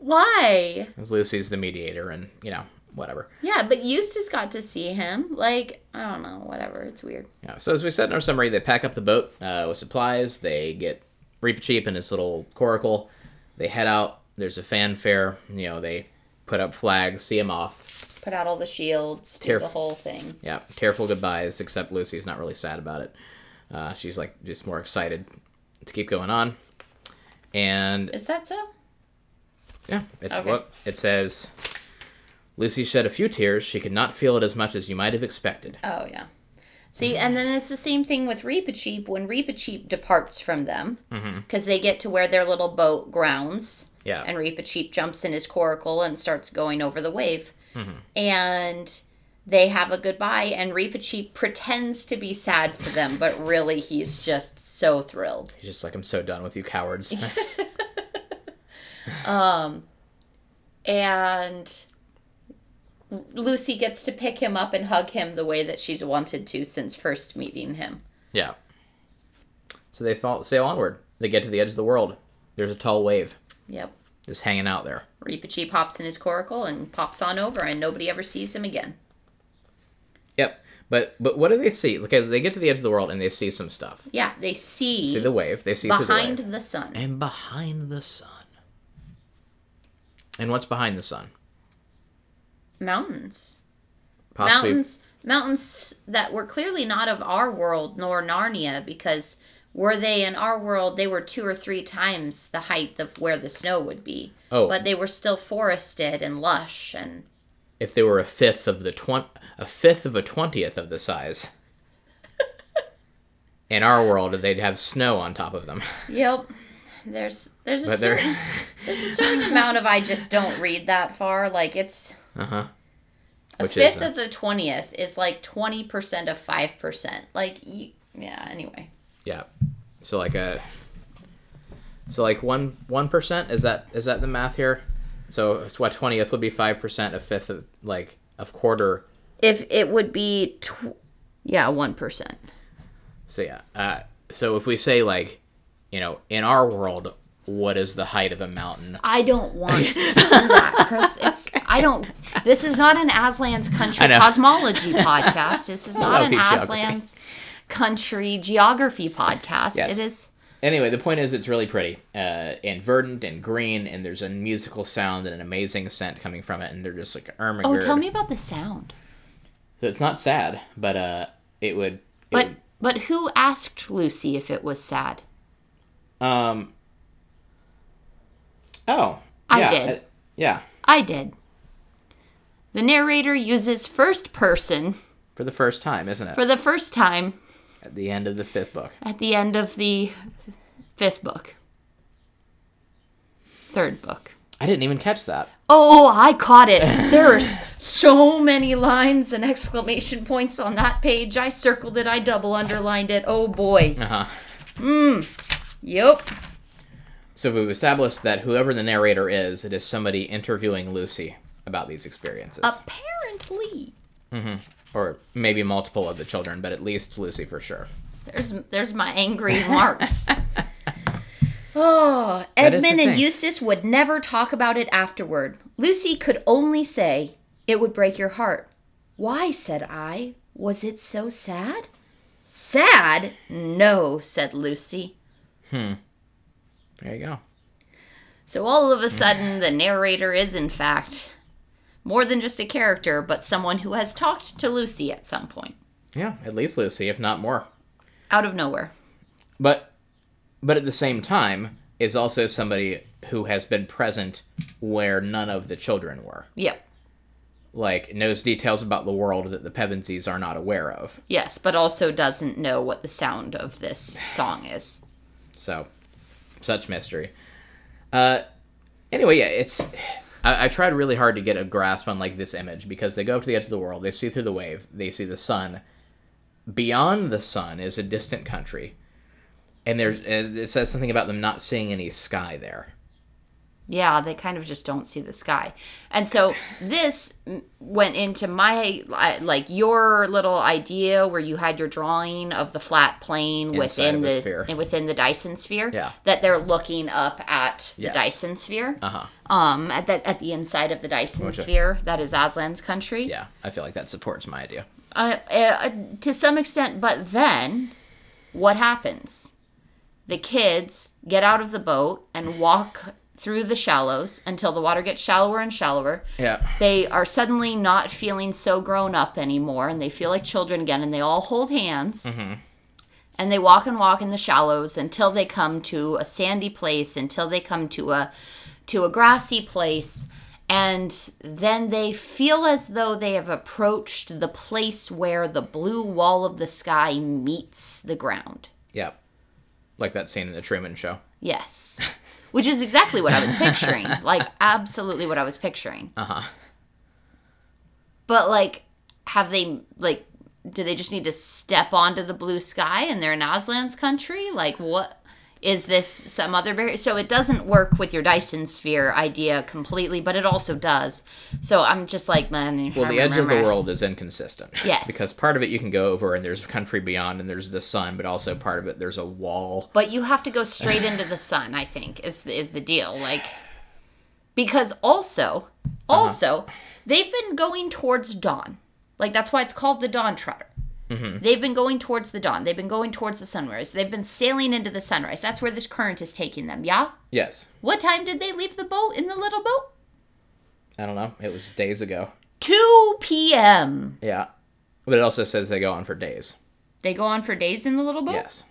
B: why?
A: Because Lucy's the mediator and, you know, whatever.
B: Yeah, but Eustace got to see him. Like I don't know, whatever. It's weird.
A: Yeah. So, as we said in our summary, they pack up the boat uh, with supplies. They get Reaper Cheap and his little coracle. They head out. There's a fanfare. You know, they put up flags, see him off.
B: Put out all the shields, do
A: Tearf-
B: the whole thing.
A: Yeah. Tearful goodbyes, except Lucy's not really sad about it. Uh, she's, like, just more excited to keep going on. And
B: Is that so?
A: Yeah, it's
B: Okay.
A: what it says. Lucy shed a few tears. She could not feel it as much as you might have expected.
B: Oh yeah. See, and then it's the same thing with Reaper Cheap when Reaper Cheap departs from them because they get to where their little boat grounds.
A: Yeah.
B: And Reaper Cheap jumps in his coracle and starts going over the wave. And they have a goodbye, and Reaper Cheap pretends to be sad for them, but really he's just so thrilled.
A: He's just like, I'm so done with you cowards.
B: And Lucy gets to pick him up and hug him the way that she's wanted to since first meeting him.
A: yeah. So they fall, sail onward. They get to the edge of the world. There's a tall wave
B: Yep.
A: just hanging out there.
B: Reepichi pops in his coracle and pops on over, and nobody ever sees him again.
A: Yep. But but what do they see? Because they get to the edge of the world and they see some stuff.
B: Yeah, they see,
A: See the wave. They see through the
B: behind
A: wave.
B: the, sun.
A: And behind the sun. And what's behind the sun?
B: Mountains.
A: Possibly
B: Mountains. Mountains that were clearly not of our world nor Narnia because Were they in our world, they were two or three times the height of where the snow would be.
A: Oh.
B: But they were still forested and lush and
A: If they were a fifth of the twen- a fifth of a twentieth of the
B: *laughs*
A: size. In our world, they'd have snow on top of them.
B: Yep. There's there's a
A: But they're
B: certain there's a certain amount of I just don't read that far. Like it's
A: uh huh.
B: a
A: Which is
B: fifth
A: uh,
B: of the twentieth is like twenty percent of five percent. Like you, yeah. Anyway,
A: yeah. So like a. So like one one percent is that is that the math here? So it's what twentieth would be five percent, a fifth of like of quarter
B: if it would be, tw- yeah, one percent.
A: So yeah. Uh, so if we say like, you know, in our world, what is the height of a mountain?
B: I
A: *laughs*
B: don't want to do that, Chris. It's I don't. This is not an Aslan's country
A: I know.
B: cosmology podcast. This
A: *laughs*
B: is not
A: love
B: an
A: deep geography.
B: Aslan's country geography podcast.
A: Yes.
B: It is.
A: Anyway, the point is, it's really pretty uh, and verdant and green, and there's a musical sound and an amazing scent coming from it, and they're just like ermagerd.
B: Oh, tell me about the sound.
A: So it's not sad, but uh, it would. it
B: But but who asked Lucy if it was sad?
A: would- um. Oh.
B: I
A: yeah,
B: did.
A: uh, yeah,
B: I did. The narrator uses first person
A: for the first time, isn't it?
B: for the first time
A: At the end of the fifth book.
B: at the end of the fifth book. Third book.
A: I didn't even catch that.
B: Oh, I caught it. There are s- so many lines and exclamation points on that page. I circled it, I double underlined it. Oh boy. Hmm.
A: Uh huh.
B: Yep.
A: So we've established that whoever the narrator is, it is somebody interviewing Lucy about these experiences.
B: Apparently.
A: Or maybe multiple of the children, but at least Lucy for sure.
B: There's there's my
A: *laughs*
B: angry marks.
A: is
B: oh,
A: the
B: Edmund and
A: thing.
B: Eustace would never talk about it afterward. Lucy could only say, "It would break your heart." Why, said I, was it so sad? Sad? No, said Lucy.
A: There you go.
B: So all of a sudden, the narrator is, in fact, more than just a character, but someone who has talked to Lucy at some point,
A: Yeah, at least Lucy, if not more.
B: out of nowhere.
A: But but at the same time is also somebody who has been present where none of the children were.
B: Yep.
A: Like knows details about the world that the Pevensies are not aware of.
B: Yes, but also doesn't know what the sound of this song is.
A: So, such mystery. Uh, anyway, yeah, it's. I, I tried really hard to get a grasp on like this image because they go up to the edge of the world, they see through the wave, they see the sun. Beyond the sun is a distant country, and there's and it says something about them not seeing any sky there.
B: Yeah, they kind of just don't see the sky. And so this m- went into my I- like your little idea where you had your drawing of the flat plane
A: Inside
B: within
A: of a
B: the
A: sphere.
B: and within the Dyson sphere
A: Yeah.
B: that they're looking up at the
A: Yes.
B: Dyson sphere.
A: Uh huh.
B: Um at the at the inside of the Dyson
A: I-
B: sphere that is Aslan's country.
A: Yeah, I feel like that supports my idea.
B: uh, uh, to some extent. But then, what happens? The kids get out of the boat and walk through the shallows until the water gets shallower and shallower.
A: Yeah.
B: They are suddenly not feeling so grown up anymore, and they feel like children again. And they all hold hands. And they walk and walk in the shallows until they come to a sandy place, until they come to a to a grassy place, and then they feel as though they have approached the place where the blue wall of the sky meets the ground.
A: Yeah. Like that scene in the Truman Show.
B: Yes. Which is exactly what I
A: *laughs*
B: was picturing. like, absolutely what I was picturing. Uh
A: Uh-huh.
B: huh. But, like, have they, like, do they just need to step onto the blue sky and they're in Aslan's country? Like, what is this some other barrier? So it doesn't work with your Dyson sphere idea completely, but it also does. So I'm just like, man.
A: Well, the edge of the world is inconsistent.
B: Yes.
A: because part of it you can go over, and there's country beyond, and there's the sun, but also part of it there's a wall
B: But you have to go straight into the sun, I think, is is the deal. Like because also also they've been going towards dawn. Like that's why it's called the Dawn Trotter. They've been going towards the dawn. They've been going towards the sunrise. They've been sailing into the sunrise. That's where this current is taking them, yeah?
A: Yes.
B: What time did they leave the boat in the little boat?
A: I don't know. It was days ago.
B: 2 p.m.
A: Yeah. But it also says they go on for days.
B: They go on for days in the little boat?
A: Yes.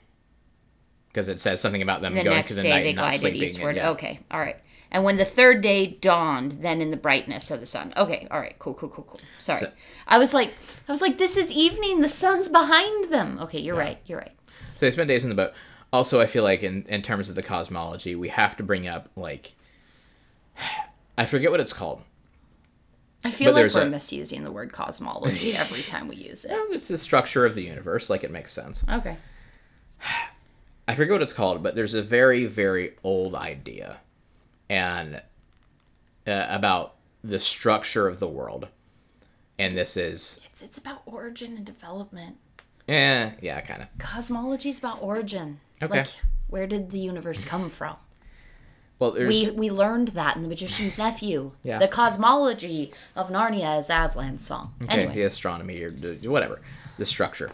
A: because it says something about them
B: The
A: going
B: next
A: through the
B: day
A: night
B: they
A: and not
B: glided
A: sleeping. and-
B: eastward.
A: yeah.
B: Okay, all right. And when the third day dawned, then in the brightness of the sun. Okay, all right, cool, cool, cool, cool. Sorry,
A: So-
B: I was like, I was like, this is evening. The sun's behind them. Okay, you're right. You're right.
A: So they spent days in the boat. Also, I feel like in, in terms of the cosmology, we have to bring up like *sighs* I forget what it's called.
B: I feel
A: But
B: like
A: there's
B: we're
A: a-
B: misusing the
A: *laughs*
B: word cosmology every time we use it.
A: Um, It's the structure of the universe, like it makes sense.
B: Okay.
A: I forget what it's called, but there's a very, very old idea, and uh, about the structure of the world, and this is
B: It's, it's about origin and development.
A: eh, yeah, kind of.
B: Cosmology is about origin.
A: Okay.
B: Like, where did the universe come from?
A: Well, there's
B: We we learned that in The Magician's Nephew.
A: *laughs* Yeah.
B: The cosmology of Narnia is Aslan's song.
A: Okay,
B: Anyway.
A: the astronomy or d- whatever, the structure.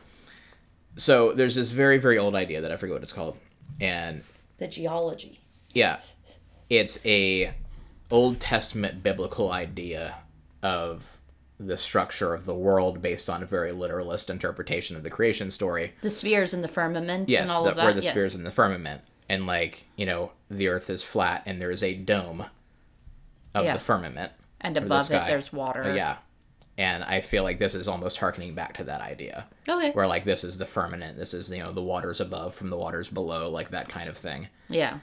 A: So there's this very, very old idea that I forget what it's called, and
B: The geology.
A: yeah, it's a Old Testament biblical idea of the structure of the world based on a very literalist interpretation of the creation story.
B: The spheres and the firmament
A: Yes,
B: and all
A: the,
B: of that.
A: where the
B: yes.
A: spheres in the firmament, and like you know, the Earth is flat, and there is a dome of
B: Yeah.
A: the firmament.
B: and
A: or the
B: above it
A: sky.
B: there's water.
A: Yeah. And I feel like this is almost harkening back to that idea.
B: Okay.
A: Where like this is the firmament, this is you know the waters above from the waters below, like that kind of thing.
B: Yeah.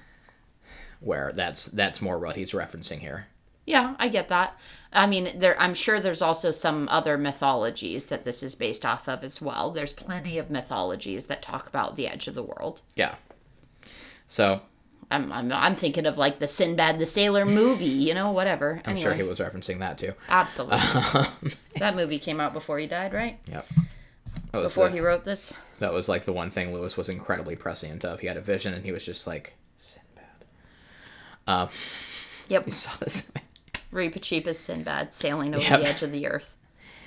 A: Where that's that's more what he's referencing here.
B: Yeah, I get that. I mean, there I'm sure there's also some other mythologies that this is based off of as well. There's plenty of mythologies that talk about the edge of the world.
A: Yeah. So
B: I'm I'm, I'm thinking of like the Sinbad the Sailor movie, you know, whatever.
A: I'm
B: Anyway,
A: sure he was Um, referencing that too. *laughs*
B: absolutely. that movie came out before he died, right?
A: Yep. That was
B: Before
A: the-
B: he wrote this.
A: that was like the one thing Lewis was incredibly prescient of. He had a vision and he was just like *laughs* Sinbad.
B: Yep.
A: He saw this.
B: Reepicheepus Sinbad sailing over
A: Yep.
B: the edge of the earth.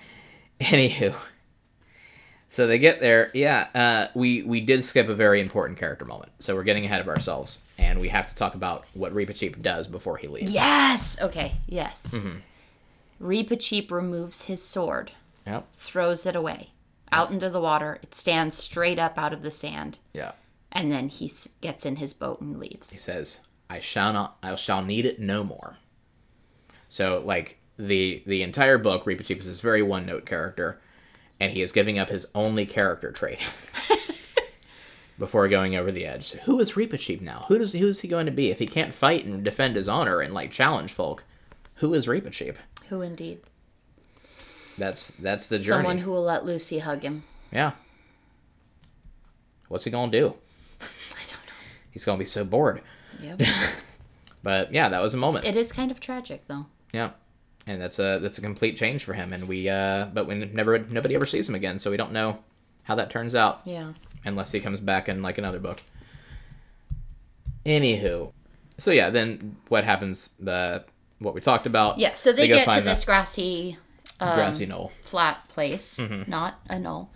A: *laughs* Anywho. So they get there. Yeah, uh, we we did skip a very important character moment. So we're getting ahead of ourselves, and we have to talk about what Reaper Cheap does before he leaves.
B: Yes. Okay. Yes.
A: Mm-hmm.
B: mm removes his sword,
A: Yep.
B: throws it away out into the water. It stands straight up out of the sand,
A: Yeah.
B: and then he s- gets in his boat and
A: He
B: leaves.
A: says, "I shall not. I shall need it no more." So like the the entire book, Reaper Cheap is this very one note character, and he is giving up his only character
B: *laughs*
A: trait. Before going over the edge, so who is Reaper Cheap now? Who does who is he going to be if he can't fight and defend his honor and like challenge folk? Who is Reaper Cheap?
B: Who indeed?
A: That's that's the journey.
B: Someone who will let Lucy hug him.
A: Yeah. What's he gonna do?
B: I don't
A: He's gonna be so bored.
B: know. Yep.
A: *laughs* But yeah, that was a moment.
B: it is kind of tragic though.
A: Yeah. And that's a that's a complete change for him. And we uh, but we never nobody ever sees him again, so we don't know how that turns out
B: Yeah.
A: unless he comes back in like another book. Anywho, so yeah, then what happens? Uh, what we talked about.
B: Yeah. So they,
A: go
B: get to
A: find
B: this
A: that
B: grassy
A: grassy knoll.
B: flat place, not a
A: *laughs*
B: knoll.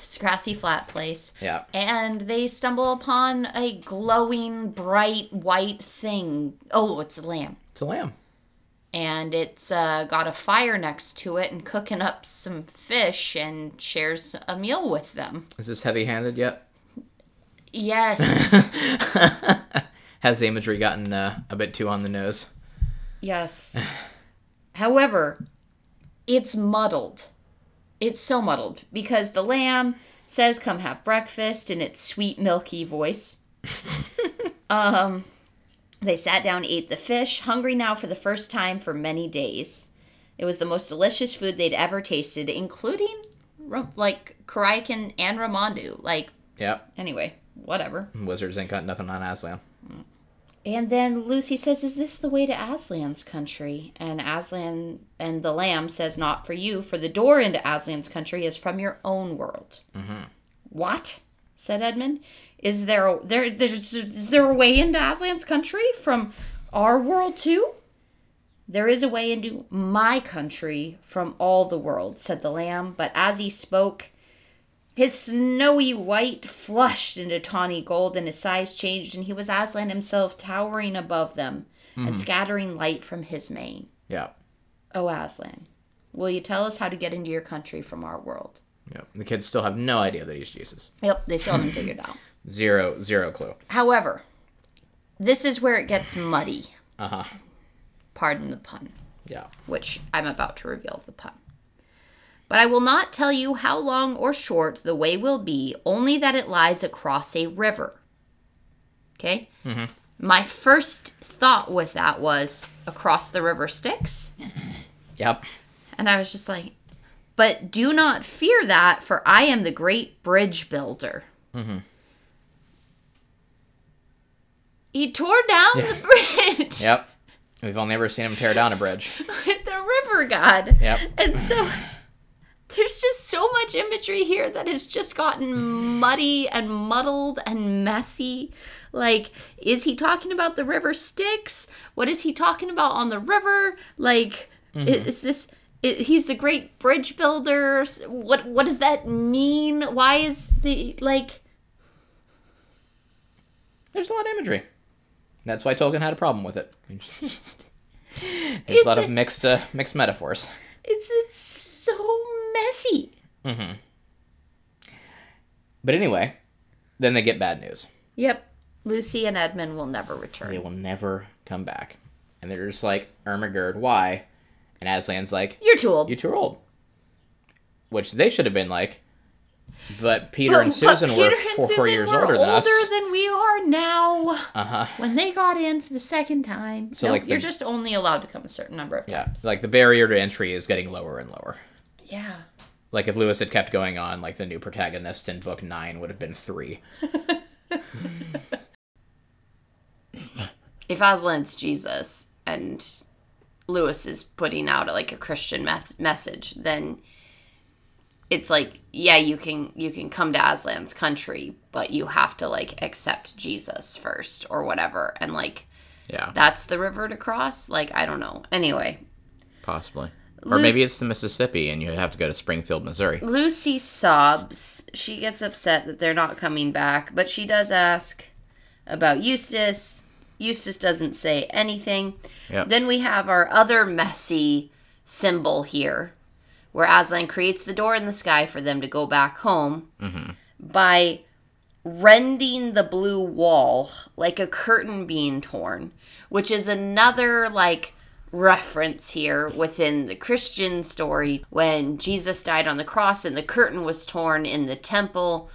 B: This grassy flat place.
A: Mm-hmm. Yeah.
B: and they stumble upon a glowing bright white thing oh it's a lamb
A: It's a lamb.
B: and it's uh, got a fire next to it and cooking up some fish and shares a meal with them
A: Is this heavy-handed yet?
B: *laughs* yes
A: Has the imagery gotten uh, a bit too on the nose?
B: yes however it's muddled it's so muddled because the lamb says come have breakfast in its sweet milky voice Um, They sat down, ate the fish, hungry now for the first time for many days. It was the most delicious food they'd ever tasted, including ro- like Karaikan and Ramandu. Like,
A: Yep.
B: anyway, whatever.
A: Wizards ain't got nothing on Aslan.
B: And then Lucy says, Is this the way to Aslan's country? And Aslan and the lamb says, Not for you, for the door into Aslan's country is from your own world. Mm-hmm. What? said Edmund. Is there a, there there's is there a way into Aslan's country from our world too? There is a way into my country from all the world, said the lamb, but as he spoke, his snowy white flushed into tawny gold, and his size changed, and he was Aslan himself towering above them and scattering light from his mane.
A: Yeah.
B: Oh, Aslan, will you tell us how to get into your country from our world?
A: Yep. The kids still have no idea that he's Jesus.
B: Yep, they still haven't figured it out.
A: Zero, zero clue.
B: However, this is where it gets muddy.
A: Uh huh.
B: Pardon the pun,
A: Yeah.
B: which I'm about to reveal the pun. But I will not tell you how long or short the way will be, only that it lies across a river. Okay? My first thought with that was across the river Styx.
A: Yep.
B: And I was just like, but do not fear that, for I am the great bridge builder. He tore down the bridge
A: Yep. We've only ever seen him tear down a bridge.
B: with the river god.
A: Yep.
B: And so there's just so much imagery here that has just gotten muddy and muddled and messy. Like, is he talking about the river Styx? What is he talking about on the river? Like, i- is this. i he's the great bridge builder. S- What what does that mean? Why is the like
A: There's a lot of imagery. That's why Tolkien had a problem with it. There's a
B: It's
A: lot
B: a-
A: of mixed uh, mixed metaphors.
B: it's it's so messy?
A: But anyway, then they get bad news.
B: Yep. Lucy and Edmund will never return.
A: They will never come back. And they're just like, Ermagerd, why? And Aslan's like,
B: You're too old.
A: you two are old. Which they should have been like. But Peter and
B: But- but
A: Susan
B: Peter
A: were
B: and
A: four,
B: Susan
A: years
B: were
A: older than us.
B: than we are now.
A: Uh huh.
B: When they got in for the second time,
A: So,
B: no,
A: like, the-
B: you're just only allowed to come a certain number of
A: Yeah.
B: times.
A: Like the barrier to entry is getting lower and lower.
B: yeah.
A: Like if Lewis had kept going on, like the new protagonist in book nine would have been three.
B: If Aslan's Jesus and Lewis is putting out like a Christian meth- message, then it's like yeah, you can you can come to Aslan's country, but you have to like accept Jesus first or whatever, and like
A: Yeah.
B: that's the river to cross. Like I don't know. Anyway,
A: Possibly. Or
B: Luc-
A: maybe it's the Mississippi and you have to go to Springfield, Missouri.
B: Lucy sobs. She gets upset that they're not coming back, but she does ask about Eustace. Eustace doesn't say anything.
A: Yep.
B: Then we have our other messy symbol here, where Aslan creates the door in the sky for them to go back home by rending the blue wall like a curtain being torn, which is another like reference here within the Christian story when Jesus died on the cross and the curtain was torn in the temple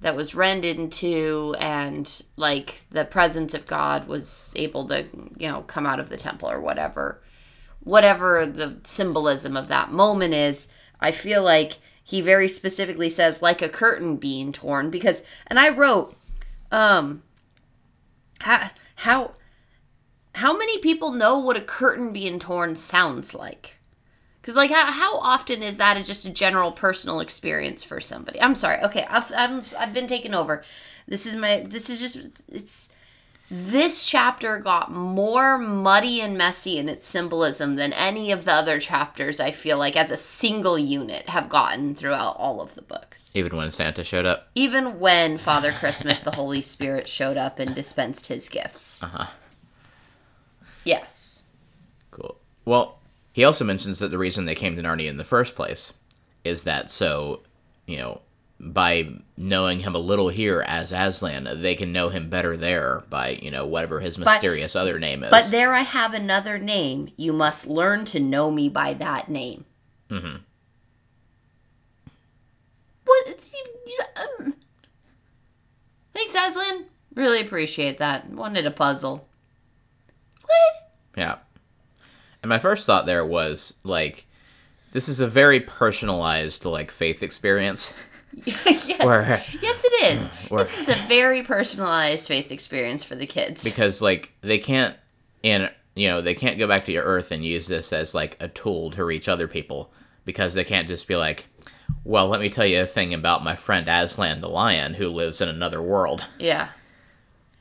B: that was rended in two and like the presence of God was able to, you know, come out of the temple or whatever. Whatever the symbolism of that moment is, I feel like he very specifically says like a curtain being torn because and I wrote um how how, how many people know what a curtain being torn sounds like? Because, like, how, how often is that a, just a general personal experience for somebody? I'm sorry. Okay, I've, I'm, I've been taken over. This is my, this is just, it's, this chapter got more muddy and messy in its symbolism than any of the other chapters I feel like as a single unit have gotten throughout all of the books.
A: Even when Santa showed up.
B: Even when Father Christmas, the Holy Spirit, showed up and dispensed his gifts.
A: Uh-huh.
B: Yes.
A: Cool. Well, he also mentions that the reason they came to Narnia in the first place is that so, you know, by knowing him a little here as Aslan, they can know him better there by, you know, whatever his mysterious other name is.
B: But there I have another name. You must learn to know me by that name. Mm-hmm. What? it's- you- you- um. Thanks, Aslan. Really appreciate that. Wanted a puzzle. What? *laughs*
A: yeah. And my first thought there was like this is a very personalized like faith experience.
B: yes.
A: Where- Mm,
B: Yes, it is.
A: Where-
B: This is a very personalized faith experience for the kids.
A: because like they can't in you know they can't go back to your earth and use this as like a tool to reach other people because they can't just be like well let me tell you a thing about my friend aslan the lion who lives in another world
B: yeah.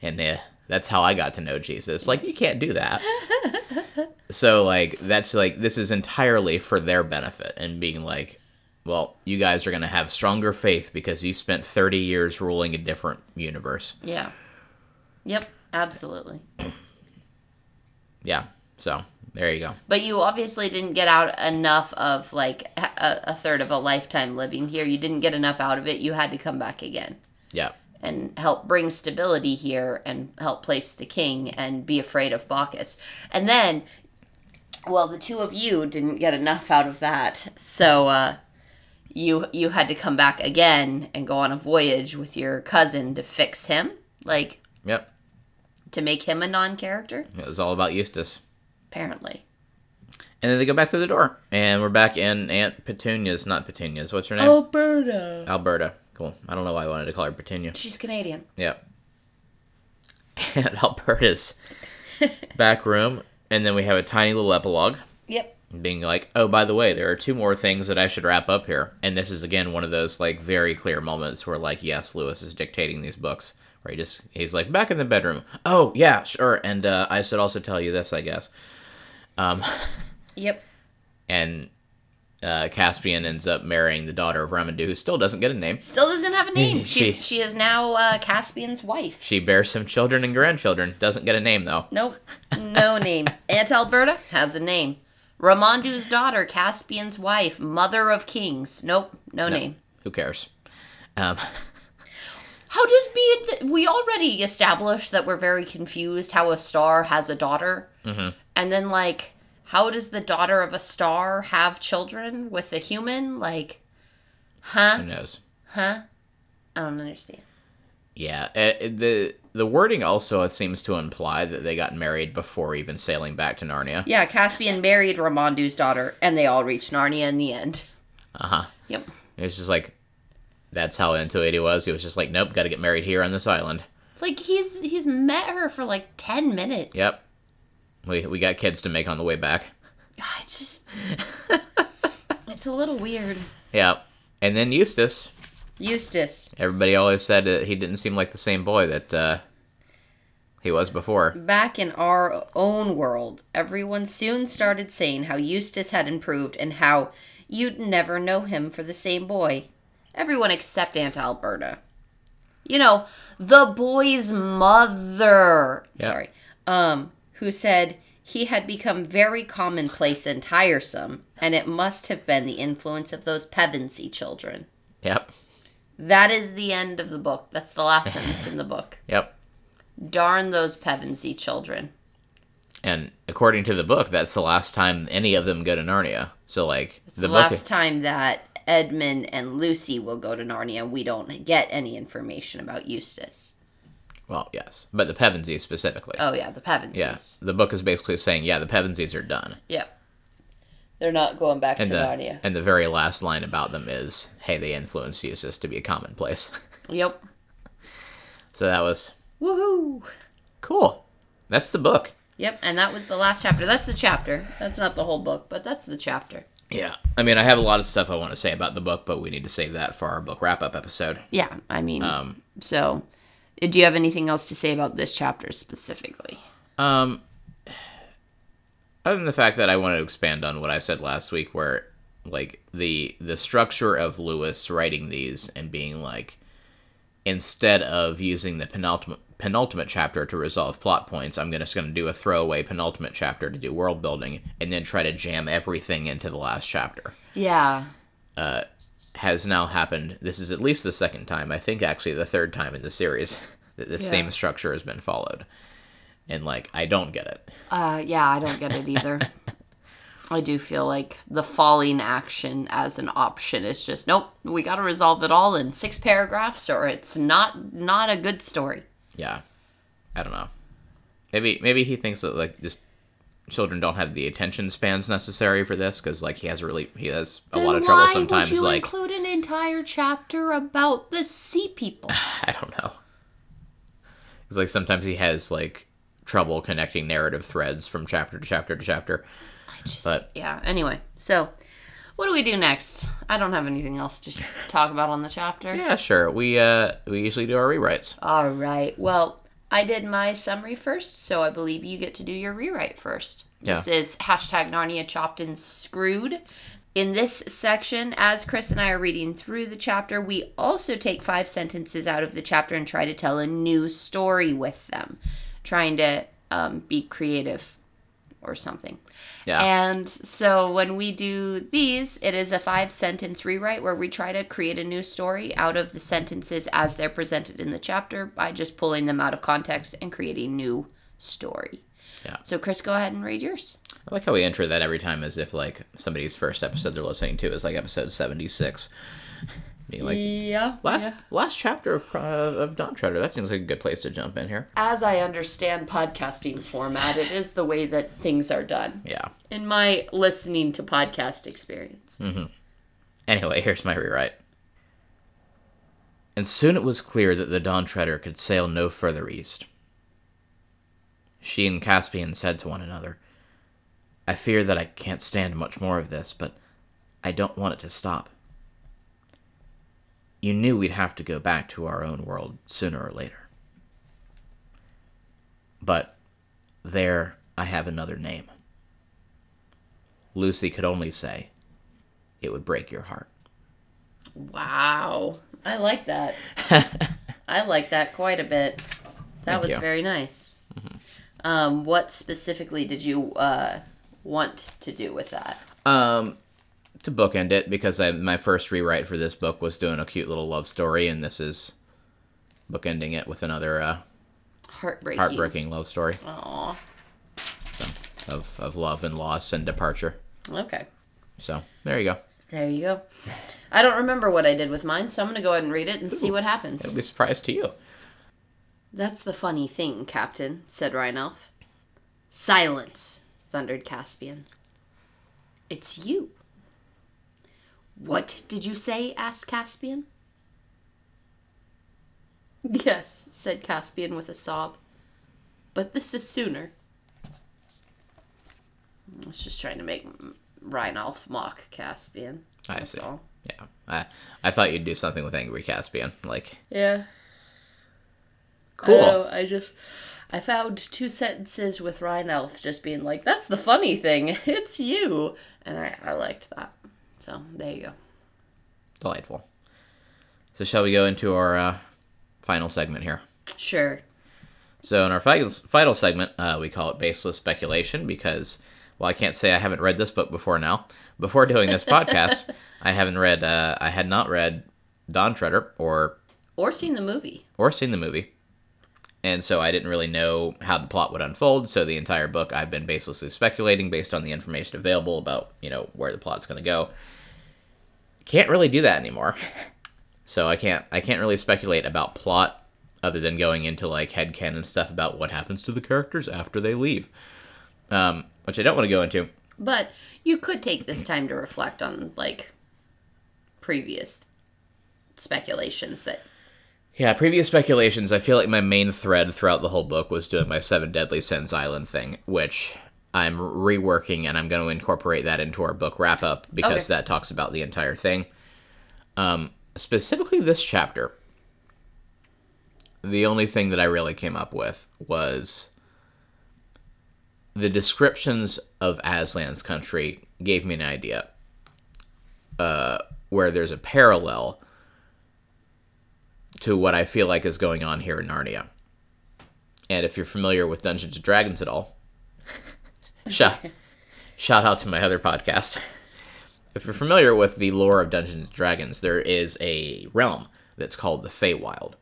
A: and uh, that's how i got to know jesus like you can't do that so like that's like this is entirely for their benefit and being like well you guys are going to have stronger faith because you spent 30 years ruling a different universe
B: Yeah. Yep. Absolutely.
A: yeah so there you go
B: But you obviously didn't get out enough of like a, a third of a lifetime living here. You didn't get enough out of it. You had to come back again.
A: yeah
B: and help bring stability here and help place the king and be afraid of Bacchus. And then, well, the two of you didn't get enough out of that, so uh, you you had to come back again and go on a voyage with your cousin to fix him, like
A: Yep.
B: to make him a non-character,
A: It was all about Eustace.
B: apparently.
A: And then they go back through the door, and we're back in Aunt Petunia's, not Petunia's. What's her name?
C: Alberta.
A: Alberta. Cool. I don't know why I wanted to call her Petunia.
B: She's Canadian.
A: *laughs* Yep. At Alberta's back room, and then we have a tiny little epilogue,
B: Yep.
A: being like, "Oh, by the way, there are two more things that I should wrap up here." And this is again one of those like very clear moments where like, yes, Lewis is dictating these books, where he just he's like, "Back in the bedroom." Oh yeah, sure. And uh, I should also tell you this, I guess.
B: Yep.
A: And uh, Caspian ends up marrying the daughter of Remadu, who still doesn't get a name.
B: Still doesn't have a name.
A: She-
B: She's Mm-hmm. she is now uh, Caspian's wife.
A: She bears some children and grandchildren. Doesn't get a name though.
B: *laughs* Nope. No name. Aunt Alberta has a name. Ramondu's daughter, Caspian's wife, mother of kings. Nope. No, name.
A: Who cares? Um,
B: How does being. Th- we already established that we're very confused how a star has a daughter. Mm-hmm. And then, like, how does the daughter of a star have children with a human? Like,
A: who
B: huh?
A: knows?
B: Huh? I don't understand.
A: Yeah, eh, eh, the the wording also seems to imply that they got married before even sailing back to Narnia.
B: Yeah, Caspian married Ramondu's daughter, and they all reached Narnia in the end.
A: Uh
B: Uh-huh.
A: huh.
B: Yep.
A: It was just like that's how into it he was. He was just like, nope, got to get married here on this island.
B: Like he's he's met her for like ten minutes.
A: Yep. We we got kids to make on the way back.
B: I just *laughs* It's a little weird.
A: Yeah. And then Eustace.
B: Eustace.
A: Everybody always said that he didn't seem like the same boy that uh, he was before.
B: Back in our own world, everyone soon started saying how Eustace had improved and how you'd never know him for the same boy. Everyone except Aunt Alberta. You know, the boy's mother.
A: Yep.
B: Sorry. Um, who said he had become very commonplace and tiresome, and it must have been the influence of those Pevensey children.
A: Yep.
B: That is the end of the book. That's the last sentence in the book.
A: Yep.
B: Darn those Pevensey children.
A: And according to the book, that's the last time any of them go to Narnia. So like
B: It's the,
A: book-
B: last time that Edmund and Lucy will go to Narnia. We don't get any information about Eustace.
A: Well, yes, but the Pevensies specifically.
B: Oh yeah, the
A: yes,
B: Pevenseys.
A: the book is basically saying, yeah, the Pevensies are done,
B: Yep. They're not going back
A: and
B: to
A: the
B: Narnia.
A: and the very last line about them is, "Hey, they influenced Eustace to be a commonplace." *laughs*
B: Yep.
A: so that was
B: Woohoo.
A: cool. That's the book.
B: Yep, and that was the last chapter. That's the chapter. That's not the whole book, but that's the chapter.
A: Yeah, I mean, I have a lot of stuff I want to say about the book, but we need to save that for our book wrap up episode.
B: Yeah, I mean,
A: Um,
B: so uh, do you have anything else to say about this chapter specifically?
A: Um, other than the fact that I want to expand on what I said last week, where like the the structure of Lewis writing these and being like, instead of using the penultimate penultimate chapter to resolve plot points, I'm gonna- just going to do a throwaway penultimate chapter to do world building, and then try to jam everything into the last chapter.
B: Yeah.
A: Has now happened. This is at least the second time. I think actually the third time in the series *laughs* that the same structure has been followed, and like I don't get it.
B: Uh, yeah, I don't get
A: *laughs*
B: it either. I do feel like the falling action as an option is just nope. We got to resolve it all in six paragraphs, or it's not not a good story.
A: Yeah, I don't know. Maybe maybe he thinks that like just children don't have the attention spans necessary for this because like he has really he has a lot of trouble sometimes.
B: Would you
A: Like
B: include an entire chapter about the sea people?
A: *laughs* I don't know. It's like sometimes he has like trouble connecting narrative threads from chapter to chapter to chapter.
B: Just-
A: But-
B: *sighs* yeah. Anyway, so what do we do next? I don't have anything else to s- talk about on the chapter.
A: Yeah, sure. We uh we usually do our rewrites.
B: All right. Well, I did my summary first, so I believe you get to do your rewrite first. This
A: Yeah.
B: is hashtag Narnia chopped and screwed. In this section, as Chris and I are reading through the chapter, we also take five sentences out of the chapter and try to tell a new story with them, trying to um, be creative or something.
A: Yeah.
B: And so when we do these, it is a five sentence rewrite where we try to create a new story out of the sentences as they're presented in the chapter by just pulling them out of context and creating new story.
A: Yeah.
B: So Chris, go ahead and read yours.
A: I like how we enter that every time as if like somebody's first episode they're listening to is like episode 76. Being like
C: yeah.
A: last
C: yeah.
A: last chapter of, uh, of Dawn Treader. That seems like a good place to jump in here.
B: As I understand podcasting format, it is the way that things are done
A: Yeah.
B: in my listening to podcast experience.
A: Anyway, here's my rewrite. And soon it was clear that the Dawn Treader could sail no further east. She and Caspian said to one another, I fear that I can't stand much more of this, but I don't want it to stop. You knew we'd have to go back to our own world sooner or later. But there I have another name. Lucy could only say, It would break your heart.
B: Wow. I
A: *laughs*
B: like that. I like that quite a bit. That
A: Thank
B: was
A: you. Mm-hmm.
B: very nice. Um, what specifically did you uh, want to do with that?
A: Um, to bookend it, because I, my first rewrite for this book was doing a cute little love story, and this is bookending it with another uh,
B: Heartbreaking.
A: heartbreaking love story
B: Aw.
A: of, of love and loss and departure.
B: Okay.
A: So there you go.
B: There you go. I don't remember what I did with mine, so I'm going to go ahead and read it and see what happens.
A: It'll be a surprise to you.
B: That's the funny thing, Captain, said Rhinelf. Silence, thundered Caspian. It's you. What did you say? asked Caspian. Yes, said Caspian with a sob. But this is sooner. I was just trying to make Rhinelf mock Caspian.
A: I
B: That's
A: see.
B: all.
A: Yeah, I I thought you'd do something with Angry Caspian, like
B: Yeah.
A: cool.
B: I, know, I just I found two sentences with Ryan Elf just being like, "That's the funny thing. *laughs* It's you," and I I liked that. So there you go.
A: Delightful. So shall we go into our uh, final segment here?
B: Sure.
A: So in our final, final segment, uh, we call it baseless speculation because, well, I can't say I haven't read this book before now. Before doing this podcast, I haven't read, uh, I had not read Don Treader or
B: Or seen the movie.
A: or seen the movie, and so I didn't really know how the plot would unfold. So the entire book, I've been baselessly speculating based on the information available about you know where the plot's going to go. Can't really do that anymore. *laughs* So I can't I can't really speculate about plot other than going into like headcanon stuff about what happens to the characters after they leave. Um, which I don't want to go into.
B: But you could take this time to reflect on like previous speculations that
A: Yeah, previous speculations, I feel like my main thread throughout the whole book was doing my Seven Deadly Sins Island thing, which I'm reworking and I'm going to incorporate that into our book wrap up because
B: Okay.
A: that talks about the entire thing. Um, specifically, this chapter, the only thing that I really came up with was the descriptions of Aslan's country gave me an idea uh, where there's a parallel to what I feel like is going on here in Narnia. And if you're familiar with Dungeons and Dragons at all, shout, shout out to my other podcast. If you're familiar with the lore of Dungeons and Dragons, there is a realm that's called the Feywild.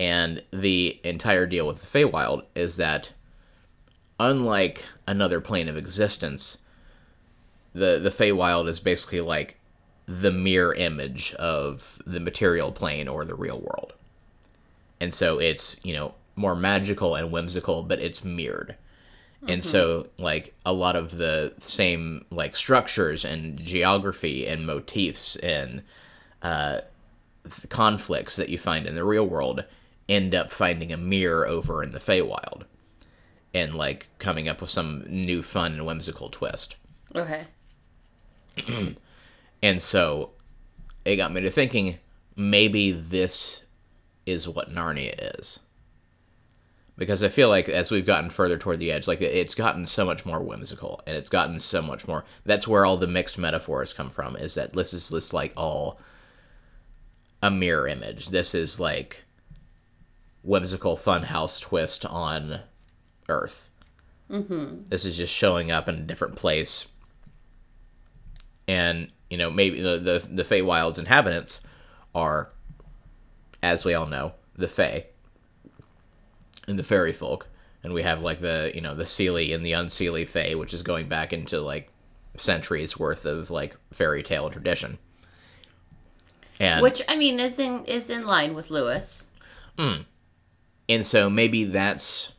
A: And the entire deal with the Feywild is that unlike another plane of existence, the the Feywild is basically like the mirror image of the material plane or the real world. And so it's, you know, more magical and whimsical, but it's mirrored. And so like a lot of the same like structures and geography and motifs and uh, th- conflicts that you find in the real world end up finding a mirror over in the Feywild and like coming up with some new fun and whimsical twist.
B: okay.
A: And so it got me to thinking maybe this is what Narnia is. Because I feel like as we've gotten further toward the edge, like it- it's gotten so much more whimsical and it's gotten so much more. That's where all the mixed metaphors come from is that this is this like all a mirror image. This is like whimsical funhouse twist on Earth. This is just showing up in a different place. And, you know, maybe the, the, the Feywild's inhabitants are, as we all know, the Fey and the fairy folk. And we have, like, the, you know, the Seelie and the Unseelie Fey, which is going back into, like, centuries worth of, like, fairy tale tradition. And
B: Which I mean is in is in line with Lewis.
A: And so maybe that's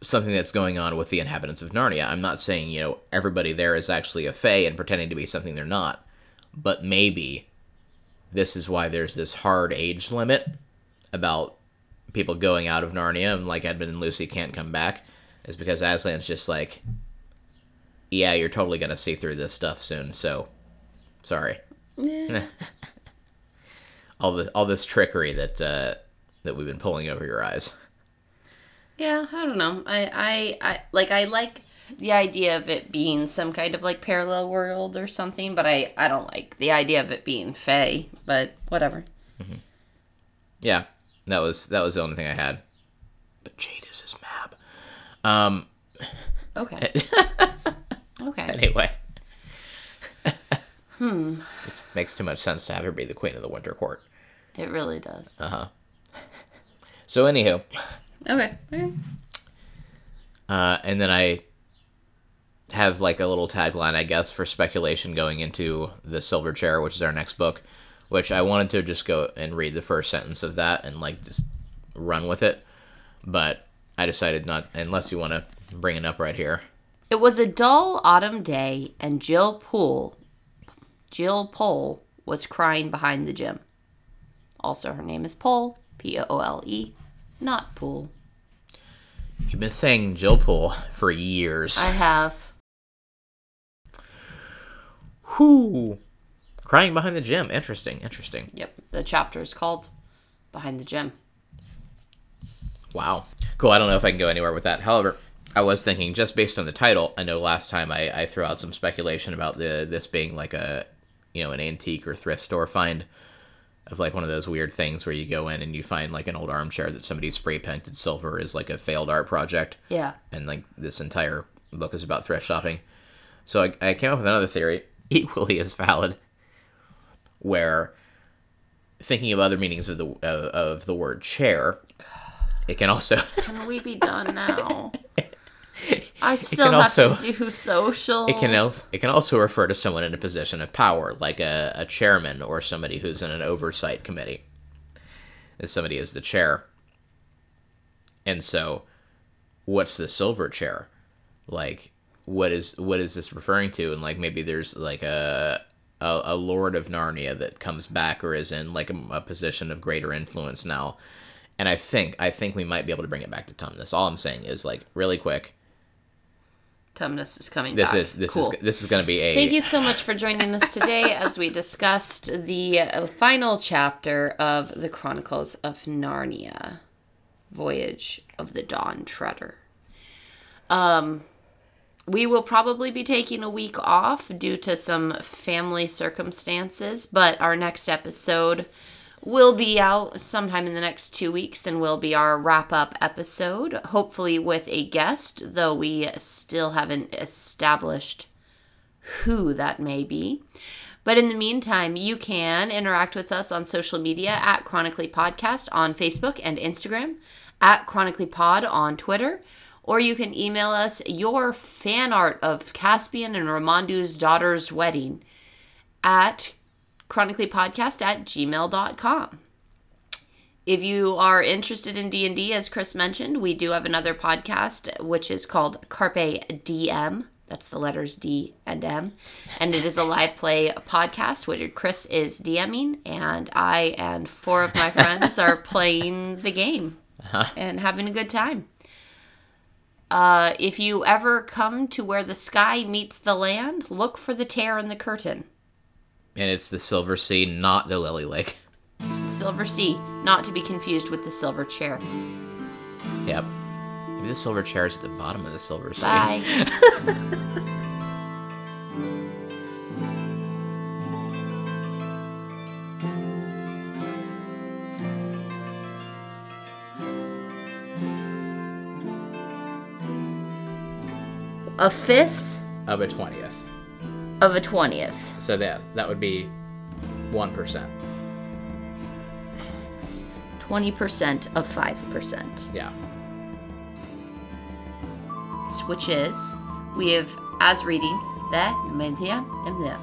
A: something that's going on with the inhabitants of Narnia. I'm not saying, you know, everybody there is actually a fae and pretending to be something they're not, but maybe this is why there's this hard age limit about people going out of Narnia and like Edmund and Lucy can't come back is because Aslan's just like yeah, you're totally going to see through this stuff soon, so sorry all the all this trickery that uh, that we've been pulling over your eyes.
B: Yeah, I don't know. I, I, I like I like the idea of it being some kind of like parallel world or something, but I, I don't like the idea of it being Fae, but whatever.
A: Yeah, that was that was the only thing I had. But Jade is his map. Um.
B: Okay. okay.
A: Anyway. hmm. This makes too much sense to have her be the queen of the Winter Court.
B: It really does.
A: So anywho,
B: Okay. okay.
A: uh, and then I have like a little tagline, I guess, for speculation going into the Silver Chair, which is our next book, which I wanted to just go and read the first sentence of that and like just run with it, but I decided not unless you want to bring it up right here.
B: It was a dull autumn day, and Jill Poole, Jill Pole, was crying behind the gym. Also, her name is Pole, P O L E, not Poole.
A: You've been saying Jill Pool for years.
B: I have.
A: Whoo! Crying behind the gym. Interesting. Interesting.
B: Yep, the chapter is called "Behind the Gym."
A: Wow. Cool. I don't know if I can go anywhere with that. However, I was thinking just based on the title, I know last time I, I threw out some speculation about the this being like a you know, an antique or thrift store find of like one of those weird things where you go in and you find like an old armchair that somebody spray painted silver is like a failed art project
B: Yeah.
A: and like this entire book is about thrift shopping. So I, I came up with another theory, *laughs* equally as valid, where thinking of other meanings of the of, of the word chair, it can also
B: Can we be
A: *laughs*
B: done now? I still
A: can
B: have
A: also- *laughs*
B: to do socials.
A: it can al- it can also refer to someone in a position of power, like a, a chairman or somebody who's in an oversight committee. If somebody is the chair. And so, what's the silver chair? Like, what is what is this referring to? And like, maybe there's like a a, a lord of Narnia that comes back or is in like a, a position of greater influence now. And I think I think we might be able to bring it back to Tumnus. All I'm saying is like really quick.
B: Tumnus is coming.
A: This
B: back.
A: is this
B: Ah, cool.
A: is this is going to be a
B: Thank you so much for joining us today as we discussed the uh, final chapter of the Chronicles of Narnia, Voyage of the Dawn Treader. Um, we will probably be taking a week off due to some family circumstances, but our next episode will be out sometime in the next two weeks and will be our wrap up episode, hopefully with a guest, though we still haven't established who that may be. But in the meantime, you can interact with us on social media at Chronically Podcast on Facebook and Instagram, at Chronically Pod on Twitter, or you can email us your fan art of Caspian and Ramondu's daughter's wedding at chronicallypodcast at gmail.com if you are interested in d&d as chris mentioned we do have another podcast which is called carpe dm that's the letters d and m and it is a live play podcast where chris is dming and i and four of my friends are playing the game and having a good time uh, if you ever come to where the sky meets the land look for the tear in the curtain
A: and it's the Silver Sea, not the Lily Lake. *laughs*
B: silver sea not to be confused with the silver chair
A: Yep. Maybe the silver chair is at the bottom of the Silver Sea.
B: bye a fifth
A: of a twentieth.
B: of a twentieth.
A: So that that would be one percent.
B: 20% of 5%,
A: Yeah.
B: which is, we have, as reading, that, and there, and there.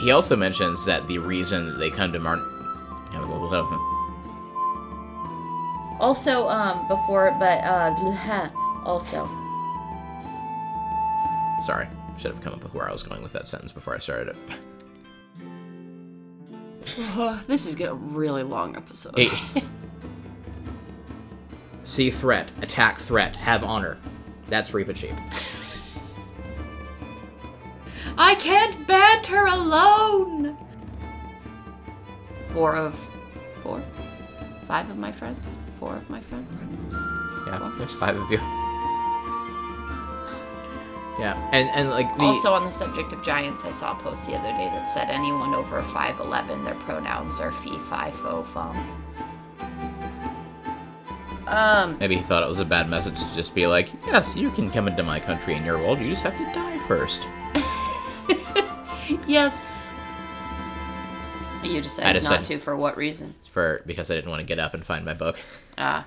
A: He also mentions that the reason they come to Martin. hmm.
B: Also, um, before, but, uh, *laughs* also.
A: Sorry, should have come up with where I was going with that sentence before I started it.
D: this is gonna a really long episode.
A: Eight. See threat, attack threat, have honor. That's Reaper Cheap.
C: I can't banter alone.
D: Four of four, five of my friends, four of my friends.
A: Yeah, there's five of you. Yeah, and and like the,
D: Also, on the subject of giants, I saw a post the other day that said anyone over 5'11, their pronouns are fee, fi, fo, fum. Um,
A: maybe he thought it was a bad message to just be like, yes, you can come into my country and your world. You just have to die first.
D: yes. You decided,
A: decided-
D: not to, for what reason?
A: For because I didn't want to get up and find my book.
D: Ah,